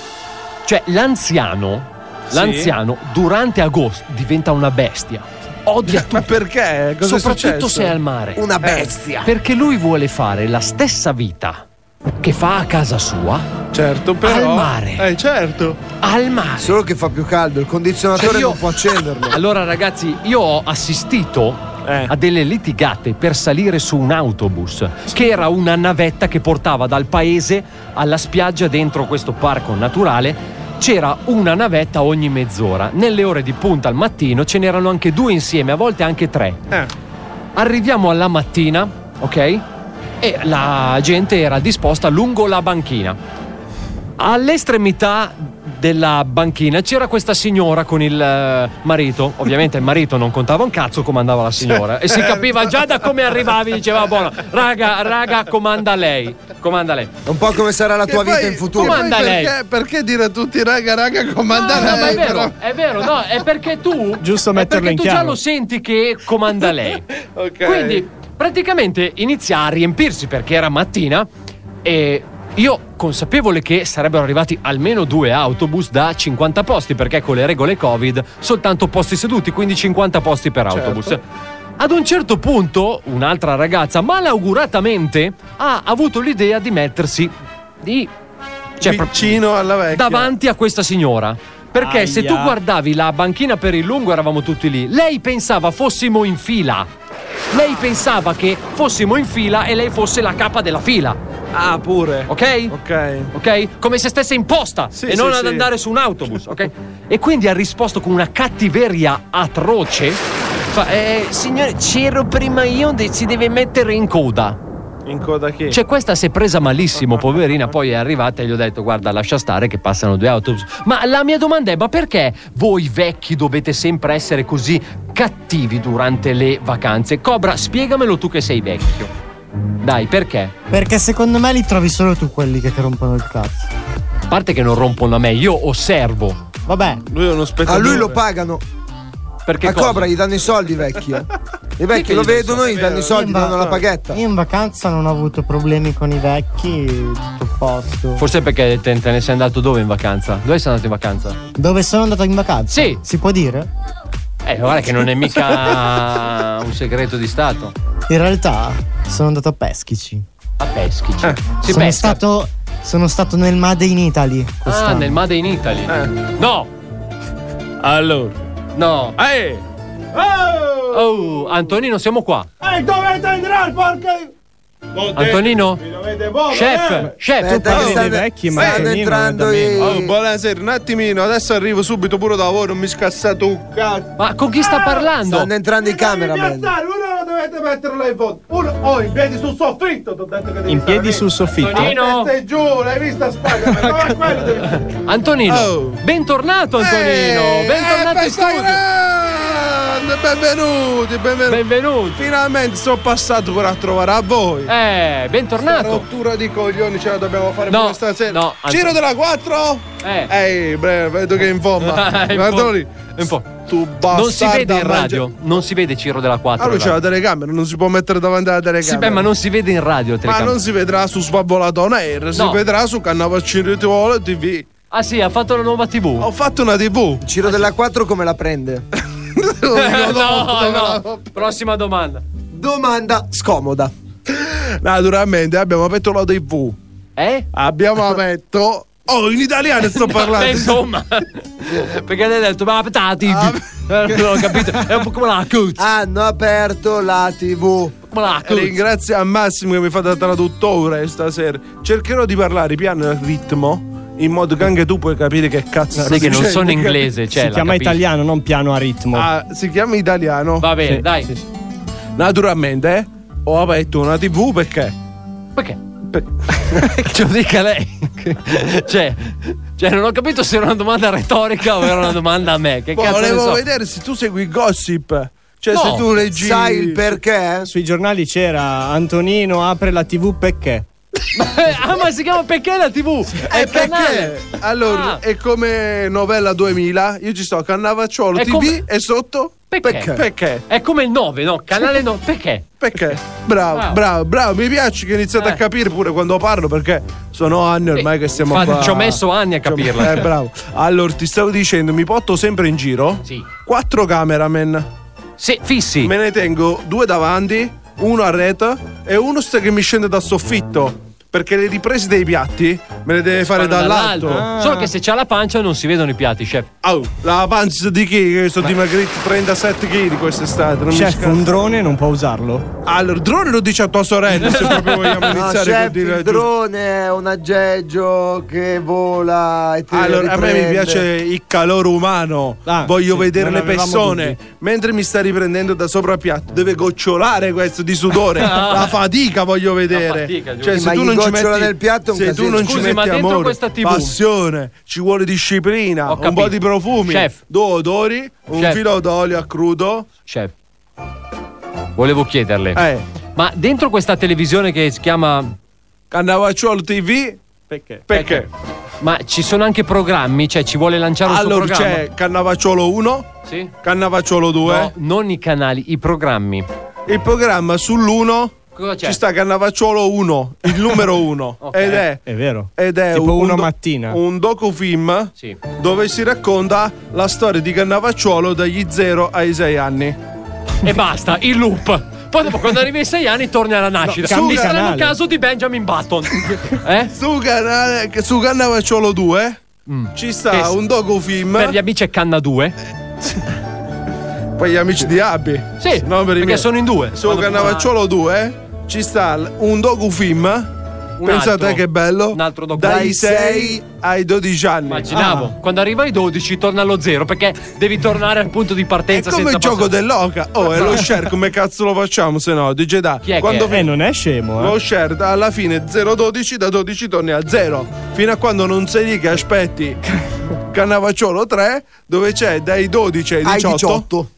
D: cioè l'anziano,
E: Sì.
D: l'anziano durante agosto diventa una bestia. Odia tutto. Ma
C: perché?
E: Eh, Cosa è successo?
D: Soprattutto se è al mare. Eh,
E: Una bestia.
D: Perché lui vuole fare la stessa vita che fa a casa sua.
C: Certo, però-
D: Al mare.
C: Eh, certo.
D: Al mare.
E: Solo che fa più caldo, il condizionatore
D: Cioè, io-
E: non può accenderlo.
D: Allora, ragazzi, io ho assistito. A delle litigate per salire su un autobus che era una navetta che portava dal paese alla spiaggia dentro questo parco naturale. C'era una navetta ogni mezz'ora. Nelle ore di punta al mattino ce n'erano anche due insieme, a volte anche tre. Arriviamo alla mattina, ok? E la gente era disposta lungo la banchina. All'estremità della banchina c'era questa signora con il eh, marito. Ovviamente il marito non contava un cazzo, comandava la signora. E si capiva già da come arrivavi, diceva buono. Raga, raga, comanda lei. Comanda lei.
E: Un po' come sarà la
D: tua vita in futuro. Comanda lei.
C: perché, perché dire a tutti, raga, raga, comanda
D: No, no, ma
C: lei,
D: è
C: però-
D: vero, è vero, no, è perché tu.
M: Giusto
D: è
M: metterlo
D: perché
M: in
D: tu già
M: chiaro.
D: lo senti che comanda lei. Quindi praticamente inizia a riempirsi perché era mattina e Io consapevole che sarebbero arrivati almeno due autobus da 50 posti, perché con le regole Covid soltanto posti seduti, quindi 50 posti per
Y: Certo.
D: autobus. Ad un certo punto, un'altra ragazza, malauguratamente, ha avuto l'idea di mettersi di cioè,
C: vicino alla vecchia
D: davanti a questa signora. Perché se
C: Aia.
D: tu guardavi la banchina per il lungo eravamo tutti lì. Lei pensava fossimo in fila. Lei pensava che fossimo in fila e lei fosse la capa della fila.
C: Ah, pure.
D: Ok?
C: Ok.
D: Ok? Come se stesse in posta e
C: sì,
D: non ad
C: sì.
D: andare su un autobus, ok? e quindi ha risposto con una cattiveria atroce. Fa, eh, signore, c'ero prima io, de- si deve mettere in coda.
C: In coda chi?
D: Cioè, questa si è presa malissimo, poverina. Poi è arrivata e gli ho detto: Guarda, lascia stare che passano due autobus. Ma la mia domanda è: ma perché voi vecchi dovete sempre essere così cattivi durante le vacanze? Cobra, spiegamelo tu che sei vecchio. Dai, perché?
F: Perché secondo me li trovi solo tu quelli che ti rompono il cazzo.
D: A parte che non rompono a me, io osservo.
F: Vabbè.
C: Lui è uno
E: A lui lo pagano.
D: Perché
E: a
D: cosa?
E: Cobra gli danno i soldi vecchio.
F: Perché
E: I vecchi lo
F: gli danno i
E: vedono,
F: soldi?
E: gli danno i soldi,
C: Eh,
F: Io in
E: danno la
F: vac-
E: paghetta.
F: Io in vacanza non ho avuto problemi con i vecchi, tutto a posto.
D: Forse perché te, te ne sei andato dove in vacanza? Dove sei andato in vacanza?
F: Dove sono andato in vacanza? Sì. Si può dire?
D: Eh, guarda che non è mica un segreto di Stato.
F: In realtà sono andato a Peschici.
D: A peschici. si
F: Eh, sono
D: pesca.
F: stato sono stato nel Made in Italy.
D: Ah,
F: quest'anno.
D: nel Made in Italy. No! Allora. No. Eh! Oh, Antonino, siamo qua.
C: Eh,
G: E dovete entrare, porca...
D: Antonino?
G: Mi dovete voi,
D: Chef,
G: eh?
D: chef,
C: Aspetta, che stanno- stanno
G: Antonino
C: entrando
G: non è da
C: i-
G: meno.
C: Oh, buonasera, un attimino, adesso arrivo subito pure da voi, non mi scassate un cazzo.
D: Ma con chi sta parlando?
E: Stanno entrando i cameraman.
G: Piazzare, uno lo dovete mettere là in fondo. Uno, oh, in piedi sul soffitto, t'ho detto che devi
M: In
G: stare
M: piedi
G: lì.
M: sul soffitto?
G: A
C: Eh,
G: testa giù, l'hai vista Spider-Man? No, è quello devi
D: Antonino,
G: Oh.
D: bentornato Antonino,
C: Eh,
D: bentornato in studio.
C: Benvenuti, benvenuti. Finalmente sono passato per a trovare a voi.
D: Eh, bentornato.
C: Sta rottura di coglioni ce la dobbiamo fare
D: No,
C: per stasera.
D: no, Antonio.
C: Giro della 4.
D: Eh.
C: Ehi, bre, vedo che è in forma.
D: È in
C: Guardalo
D: forma,
C: lì.
D: è in forma.
C: Tu bastarda.
D: Non si vede in
C: mangia-
D: radio, non si vede Ciro della 4.
C: Ah, lui c'ha la telecamera, non si può mettere davanti alla telecamera.
D: Sì, beh, ma non si vede in radio la
C: Ma
D: telecamera.
C: non si vedrà su Svabolatona Air, si
D: No.
C: vedrà su Cannavacci Rituale TV.
D: Ah sì, ha fatto la nuova TV.
C: Ho fatto una TV.
E: Giro della 4 come la prende?
D: no, no, Prossima domanda.
E: Domanda scomoda.
C: Naturalmente abbiamo aperto la TV.
D: Eh?
C: Abbiamo aperto. Oh, in italiano sto parlando.
D: Beh, insomma. Perché lei ha detto, ma aspetta, la
C: Ah,
D: TV. Eh, Non ho capito. È un po' come la cuzza.
E: Hanno aperto la TV.
C: Ringrazio a Massimo che mi fa da traduttore stasera. Cercherò di parlare piano e al ritmo, in modo che anche tu puoi capire che cazzo
M: Sai che non
C: succede.
M: sono
D: inglese, cioè,
M: si chiama italiano, non piano a ritmo.
C: Ah, si chiama italiano.
D: Va bene,
C: Sì.
D: dai.
C: Naturalmente, eh, ho aperto una TV perché.
D: Perché? Ce lo dica lei. cioè, cioè, non ho capito se era una domanda retorica o era una domanda a me. Che
C: Boh,
D: cazzo ne
C: volevo
D: so.
C: vedere se tu segui il gossip. Cioè,
M: No.
C: se tu leggi.
E: Sai il perché?
M: Sui giornali c'era Antonino apre la TV perché?
D: ah, ma si chiama perché la TV? È il canale.
C: Eh,
D: Ah.
C: Perché? Allora, eh, è come novella 2000. Io ci sto, Cannavacciolo
D: È
C: TV
D: come-
C: e sotto.
D: Perché?
C: Perché?
D: È come il 9, no? Canale 9. Perché?
C: Perché? Bravo,
D: Bravo.
C: bravo, bravo. Mi piace che iniziate a
D: Eh.
C: capire pure quando parlo perché sono anni ormai che stiamo
D: Infatti,
C: qua.
D: Ci ho messo anni a capirla.
C: Eh, bravo. Allora, ti stavo dicendo, mi porto sempre in giro
D: Sì.
C: quattro cameraman.
D: Sì, fissi.
C: Me ne tengo due davanti, uno a rete e uno sta che mi scende dal soffitto. Perché le riprese dei piatti me le deve fare
D: Fanno
C: dall'alto.
D: Solo che se c'ha la pancia non si vedono i piatti, chef.
C: Oh, la panza di chi? Che sono dimagrito 37 kg quest'estate. Non mi
M: Chef,
C: scherzo.
M: un drone non può usarlo?
C: Allora, drone lo dice a tua sorella se proprio vogliamo
E: No,
C: iniziare
E: chef,
C: con dire la
E: il
C: giusta.
E: drone è un aggeggio che vola e ti
C: Allora, a me mi
E: riprende.
C: piace il calore umano.
E: Ah,
C: Voglio
E: sì,
C: vedere
E: non
C: le
E: avevamo
C: persone. Mentre mi sta riprendendo da sopra il piatto, deve gocciolare questo di sudore. la fatica voglio vedere.
D: fatica, giusto.
C: cioè,
D: Sì,
C: se
D: ma
C: tu
D: gli
C: non ci
D: gocciola
C: metti
D: nel piatto è un
C: se tu
D: casino.
C: non ci
D: Scusi,
C: metti
D: ma dentro
C: amore,
D: questa TV?
C: passione, ci vuole disciplina, un
D: capito.
C: po' di profumi,
D: Chef.
C: due odori, un
D: Chef.
C: filo d'olio a crudo.
D: Chef. Volevo chiederle.
C: Eh.
D: Ma dentro questa televisione che si chiama.
C: Cannavacciolo TV.
M: Perché?
C: Perché?
D: Ma ci sono anche programmi, cioè ci vuole lanciare un suo
C: Allora
D: programma.
C: c'è Cannavacciolo 1,
D: Sì.
C: Cannavacciolo 2.
D: No, non i canali, i programmi.
C: Il programma sull'1 Cosa
D: Cioè.
C: c'è? Ci sta Cannavacciolo 1, il numero 1. Ed è
M: È vero.
C: ed è
M: Tipo
C: un,
M: una
C: do-
M: mattina.
C: un docufilm dove si racconta la storia di Cannavacciuolo dagli 0 ai 6 anni.
D: E basta, il loop. Poi dopo quando arrivi ai 6 anni torni alla nascita.
C: No,
D: Mi
C: cambi
D: sarà un
C: canale.
D: caso di Benjamin Button. Eh?
C: Su, canale, su Cannavacciolo 2 ci sta
D: Mm. Che s-
C: un docufilm.
D: Per gli amici è Canna 2.
C: Poi gli amici di Abbi.
D: Sì,
C: No, per i
D: perché
C: miei.
D: sono in due.
C: Su
D: Quando-
C: Cannavacciolo 2 ci sta l- un docufilm. Pensate
D: altro.
C: che bello.
D: Un altro dopo.
C: Dai 6 ai 12 anni.
D: Immaginavo,
C: Ah.
D: quando arriva ai 12 torna allo 0 perché devi tornare al punto di
C: È
D: partenza
C: come
D: senza
C: il gioco
D: passare-
C: dell'oca. Oh, e lo share come cazzo lo facciamo se no? Dice da.
D: è che
C: Quando
D: è?
C: fin-
D: Eh,
M: Non è scemo, eh.
C: Lo share da- alla fine 0-12, da 12 torni a 0. Fino a quando non sei lì che aspetti Cannavacciolo 3, dove c'è dai 12 ai 18.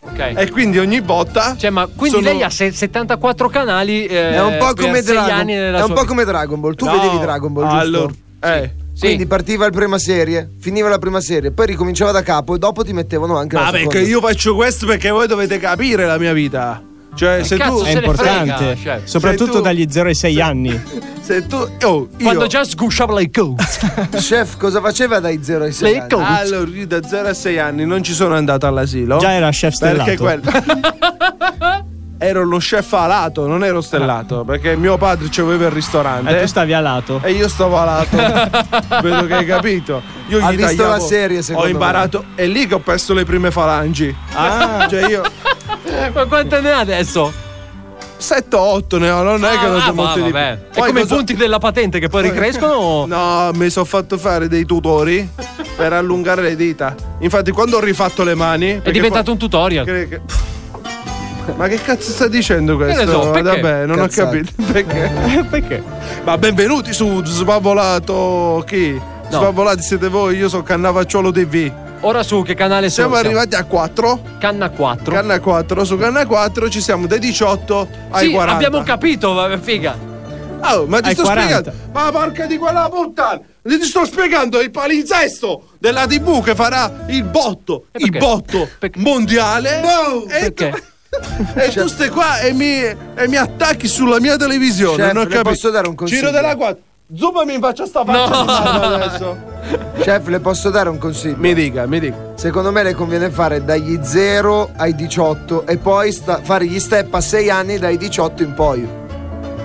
D: Ok.
C: E quindi ogni botta.
D: Cioè, ma quindi
C: Eh, sono-
D: lei ha se- 74 canali eh,
E: è un po'
D: per
E: come
D: sei
E: Dragon
D: anni nella
E: È un
D: sua
E: po'
D: vita.
E: come Dragon Ball. Tu
D: No.
E: vedevi Dragon Ball, giusto?
D: Allora,
C: eh.
E: Quindi partiva la prima serie, finiva la prima serie, poi ricominciava da capo e dopo ti mettevano anche la
C: Vabbè,
E: seconda.
C: che io faccio questo perché voi dovete capire la mia vita.
D: Eh,
C: Cioè, se tu.
M: è importante,
D: Cioè,
M: soprattutto
C: Se tu-
M: dagli 0 ai 6 anni.
E: Eh,
C: Se tu. Oh, io.
D: Quando già sgusciava le cose.
E: Chef, cosa faceva dai 0 ai 6
C: Sei
E: anni?
C: allora, io Ah, da 0 a 6 anni non ci sono andato all'asilo.
M: Già era chef stellato.
C: Perché quello. ero lo chef alato, non ero stellato. Perché mio padre ci aveva il ristorante.
F: Eh,
M: E Eh, tu stavi a lato.
C: E io stavo alato. Vedo che hai capito. Io
E: Ha
C: gli
E: visto
C: tagliavo-
E: la serie, secondo
C: Ho
E: me.
C: imparato. È lì che ho perso le prime falangi.
E: Ah.
C: Cioè io
D: Ma quante ne ha adesso?
C: 7 o 8 ne ho, non è che non
D: Ah,
C: sono
D: ma
C: molti di più.
D: vabbè. È
C: Poi
D: come
C: cosa-
D: i punti della patente che poi ricrescono. o-
C: No, mi sono fatto fare dei tutori per allungare le dita. Infatti, quando ho rifatto le mani.
D: È
C: perché
D: diventato un tutorial.
C: poi- che- che- Ma che cazzo sta dicendo questo?
D: Che ne so, perché?
C: Vabbè, non ho
D: Cazzate.
C: capito perché. perché? Ma benvenuti su Svavolato. Chi? Svavolati siete voi, io sono Cannavacciolo TV.
D: Ora su che canale sono?
C: Siamo arrivati a 4.
D: Canna 4.
C: Canna 4. Su Canna 4 ci siamo dai 18 ai
D: Sì,
C: 40.
D: abbiamo capito, va- figa.
C: Oh, ma ti
D: Ai
C: sto
D: 40.
C: spiegando. Ma porca di quella puttana! Ti sto spiegando il palinsesto della TV che farà il botto, il botto mondiale. E tu, e tu stai qua e mi, e mi attacchi sulla mia televisione.
E: Chef,
C: non ho
E: le
C: capito.
E: posso dare un consiglio?
C: Giro della quadra. Zoomami in faccia sta faccia di merda adesso.
E: Chef, le posso dare un consiglio?
C: Mi dica, mi dica.
E: Secondo me le conviene fare dagli 0 ai 18 e poi sta- fare gli step a 6 anni dai 18 in poi.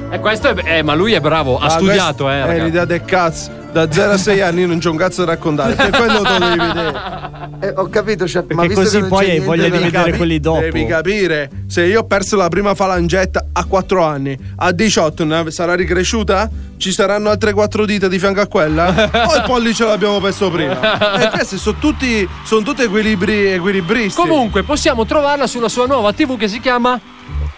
D: E questo è. eh, ma lui è bravo, ha
C: Ma
D: studiato,
C: questa
D: eh.
C: Ah, È
D: raga.
C: l'idea del cazzo. Da 0 a 6 anni non c'è un cazzo da raccontare. Per quello te lo devi vedere.
E: Eh, ho capito, chef, ma
M: Perché
E: visto
M: così
E: che non
M: poi
E: c'è
M: hai
E: niente
M: voglia
E: da-
M: di vedere quelli dopo.
C: Devi capire, se io ho perso la prima falangetta a 4 anni, a 18 ne- sarà ricresciuta? Ci saranno altre 4 dita di fianco a quella? o il pollice l'abbiamo perso prima? e questi sono tutti, sono tutti equilibri, equilibristi.
D: Comunque, possiamo trovarla sulla sua nuova TV che si chiama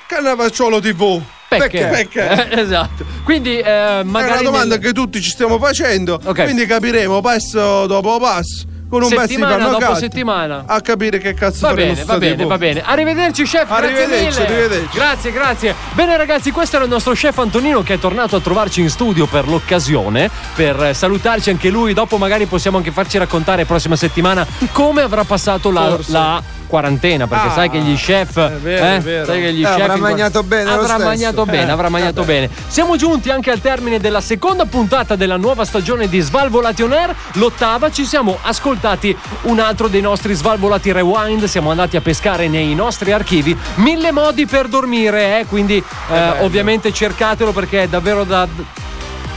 C: Cannavacciolo TV.
D: Perché?
C: Perché?
D: Eh, esatto. Quindi, eh, magari.
C: È una domanda
D: nel-
C: che tutti ci stiamo facendo,
D: Ok.
C: quindi capiremo passo dopo passo, con un pezzo di
D: Settimana dopo
C: pannocato,
D: settimana.
C: a capire che cazzo
D: Va
C: Ah, faremo
D: bene,
C: su
D: va
C: sta
D: bene,
C: TV.
D: va bene. Arrivederci, chef.
C: Arrivederci,
D: grazie mille.
C: arrivederci.
D: Grazie, grazie. Bene, ragazzi, questo era il nostro chef Antonino che è tornato a trovarci in studio per l'occasione, per eh, salutarci anche lui. Dopo, magari possiamo anche farci raccontare prossima settimana come avrà passato la. la quarantena perché
E: Ah,
D: sai che gli chef
E: vero,
D: eh,
E: è vero.
D: sai che gli
E: Eh,
D: chef
E: avrà
D: in-
E: mangiato bene lo
D: avrà
E: stesso.
D: mangiato bene
E: Eh,
D: avrà mangiato bene siamo giunti anche al termine della seconda puntata della nuova stagione di Svalvolati On Air l'ottava ci siamo ascoltati un altro dei nostri Svalvolati Rewind siamo andati a pescare nei nostri archivi mille modi per dormire eh, quindi eh, ovviamente cercatelo perché è davvero da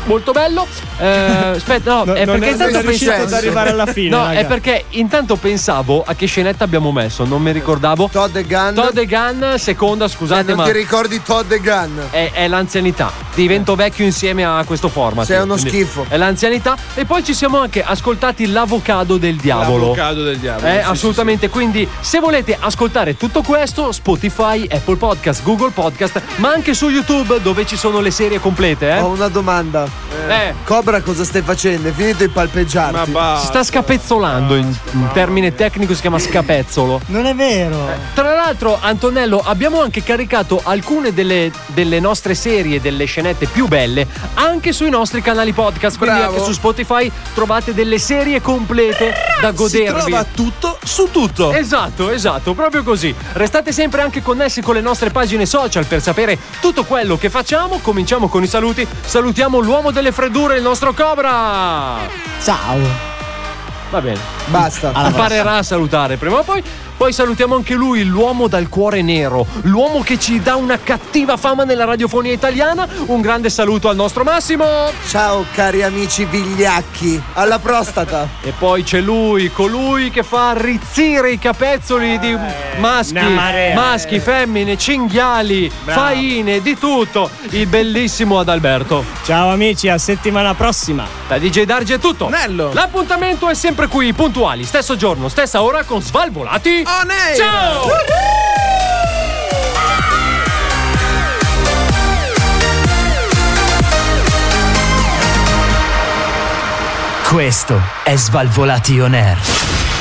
D: Molto bello. Eh, aspetta, no,
M: No,
D: è
M: non
D: Eh, perché
M: è- non è
D: intanto
M: riuscito
D: pensavo-
M: ad arrivare alla fine,
D: No,
M: raga.
D: è perché intanto pensavo a che scenetta abbiamo messo, non mi ricordavo.
E: Todd e Gunn. Eh,
D: Todd e Gunn, seconda, scusate,
E: Non
D: ma
E: ti ricordi Todd e Gunn?
D: è, è l'anzianità. Divento vecchio insieme a questo format.
E: Sei uno
D: Quindi
E: schifo.
D: È l'anzianità. E poi ci siamo anche ascoltati l'avocado del diavolo.
C: L'avocado del diavolo,
D: Eh,
C: sì, sì,
D: assolutamente. Quindi, se volete ascoltare tutto questo, Spotify,
E: Oh,
D: Apple Podcast, Google Podcast, ma anche su YouTube dove ci sono le serie complete. Eh?
E: Ho una domanda.
D: Eh.
E: Cobra cosa stai facendo? È finito di palpeggiarti. Ma
D: Si sta scapezzolando, in, in termine tecnico si chiama scapezzolo.
F: Non è vero.
D: Tra l'altro, Antonello, abbiamo anche caricato alcune delle, delle nostre serie, delle scenette più belle, anche sui nostri canali podcast. Quindi
C: Bravo.
D: anche su Spotify trovate delle serie complete da godervi.
C: trova tutto su tutto.
D: Esatto, esatto, proprio così. Restate sempre anche connessi con le nostre pagine social per sapere tutto quello che facciamo. Cominciamo con i saluti. Salutiamo l'uomo delle freddure, il nostro Cobra.
F: Ciao.
D: Va bene.
E: Basta.
D: Imparerà a salutare prima o poi. Poi salutiamo anche lui, l'uomo dal cuore nero, l'uomo che ci dà una cattiva fama nella radiofonia italiana. Un grande saluto al nostro Massimo.
E: Ciao cari amici vigliacchi, alla prostata.
D: E poi c'è lui, colui che fa rizzire i capezzoli di maschi,
M: Eh, una marea.
D: maschi, femmine, cinghiali,
M: Bravo.
D: faine, di tutto. Il bellissimo Adalberto.
M: Ciao amici, a settimana prossima.
D: Da DJ Darge è tutto.
M: Nello.
D: L'appuntamento è sempre qui, puntuali, stesso giorno, stessa ora con Svalvolati. Ciao!
B: Questo è Svalvolati On Air.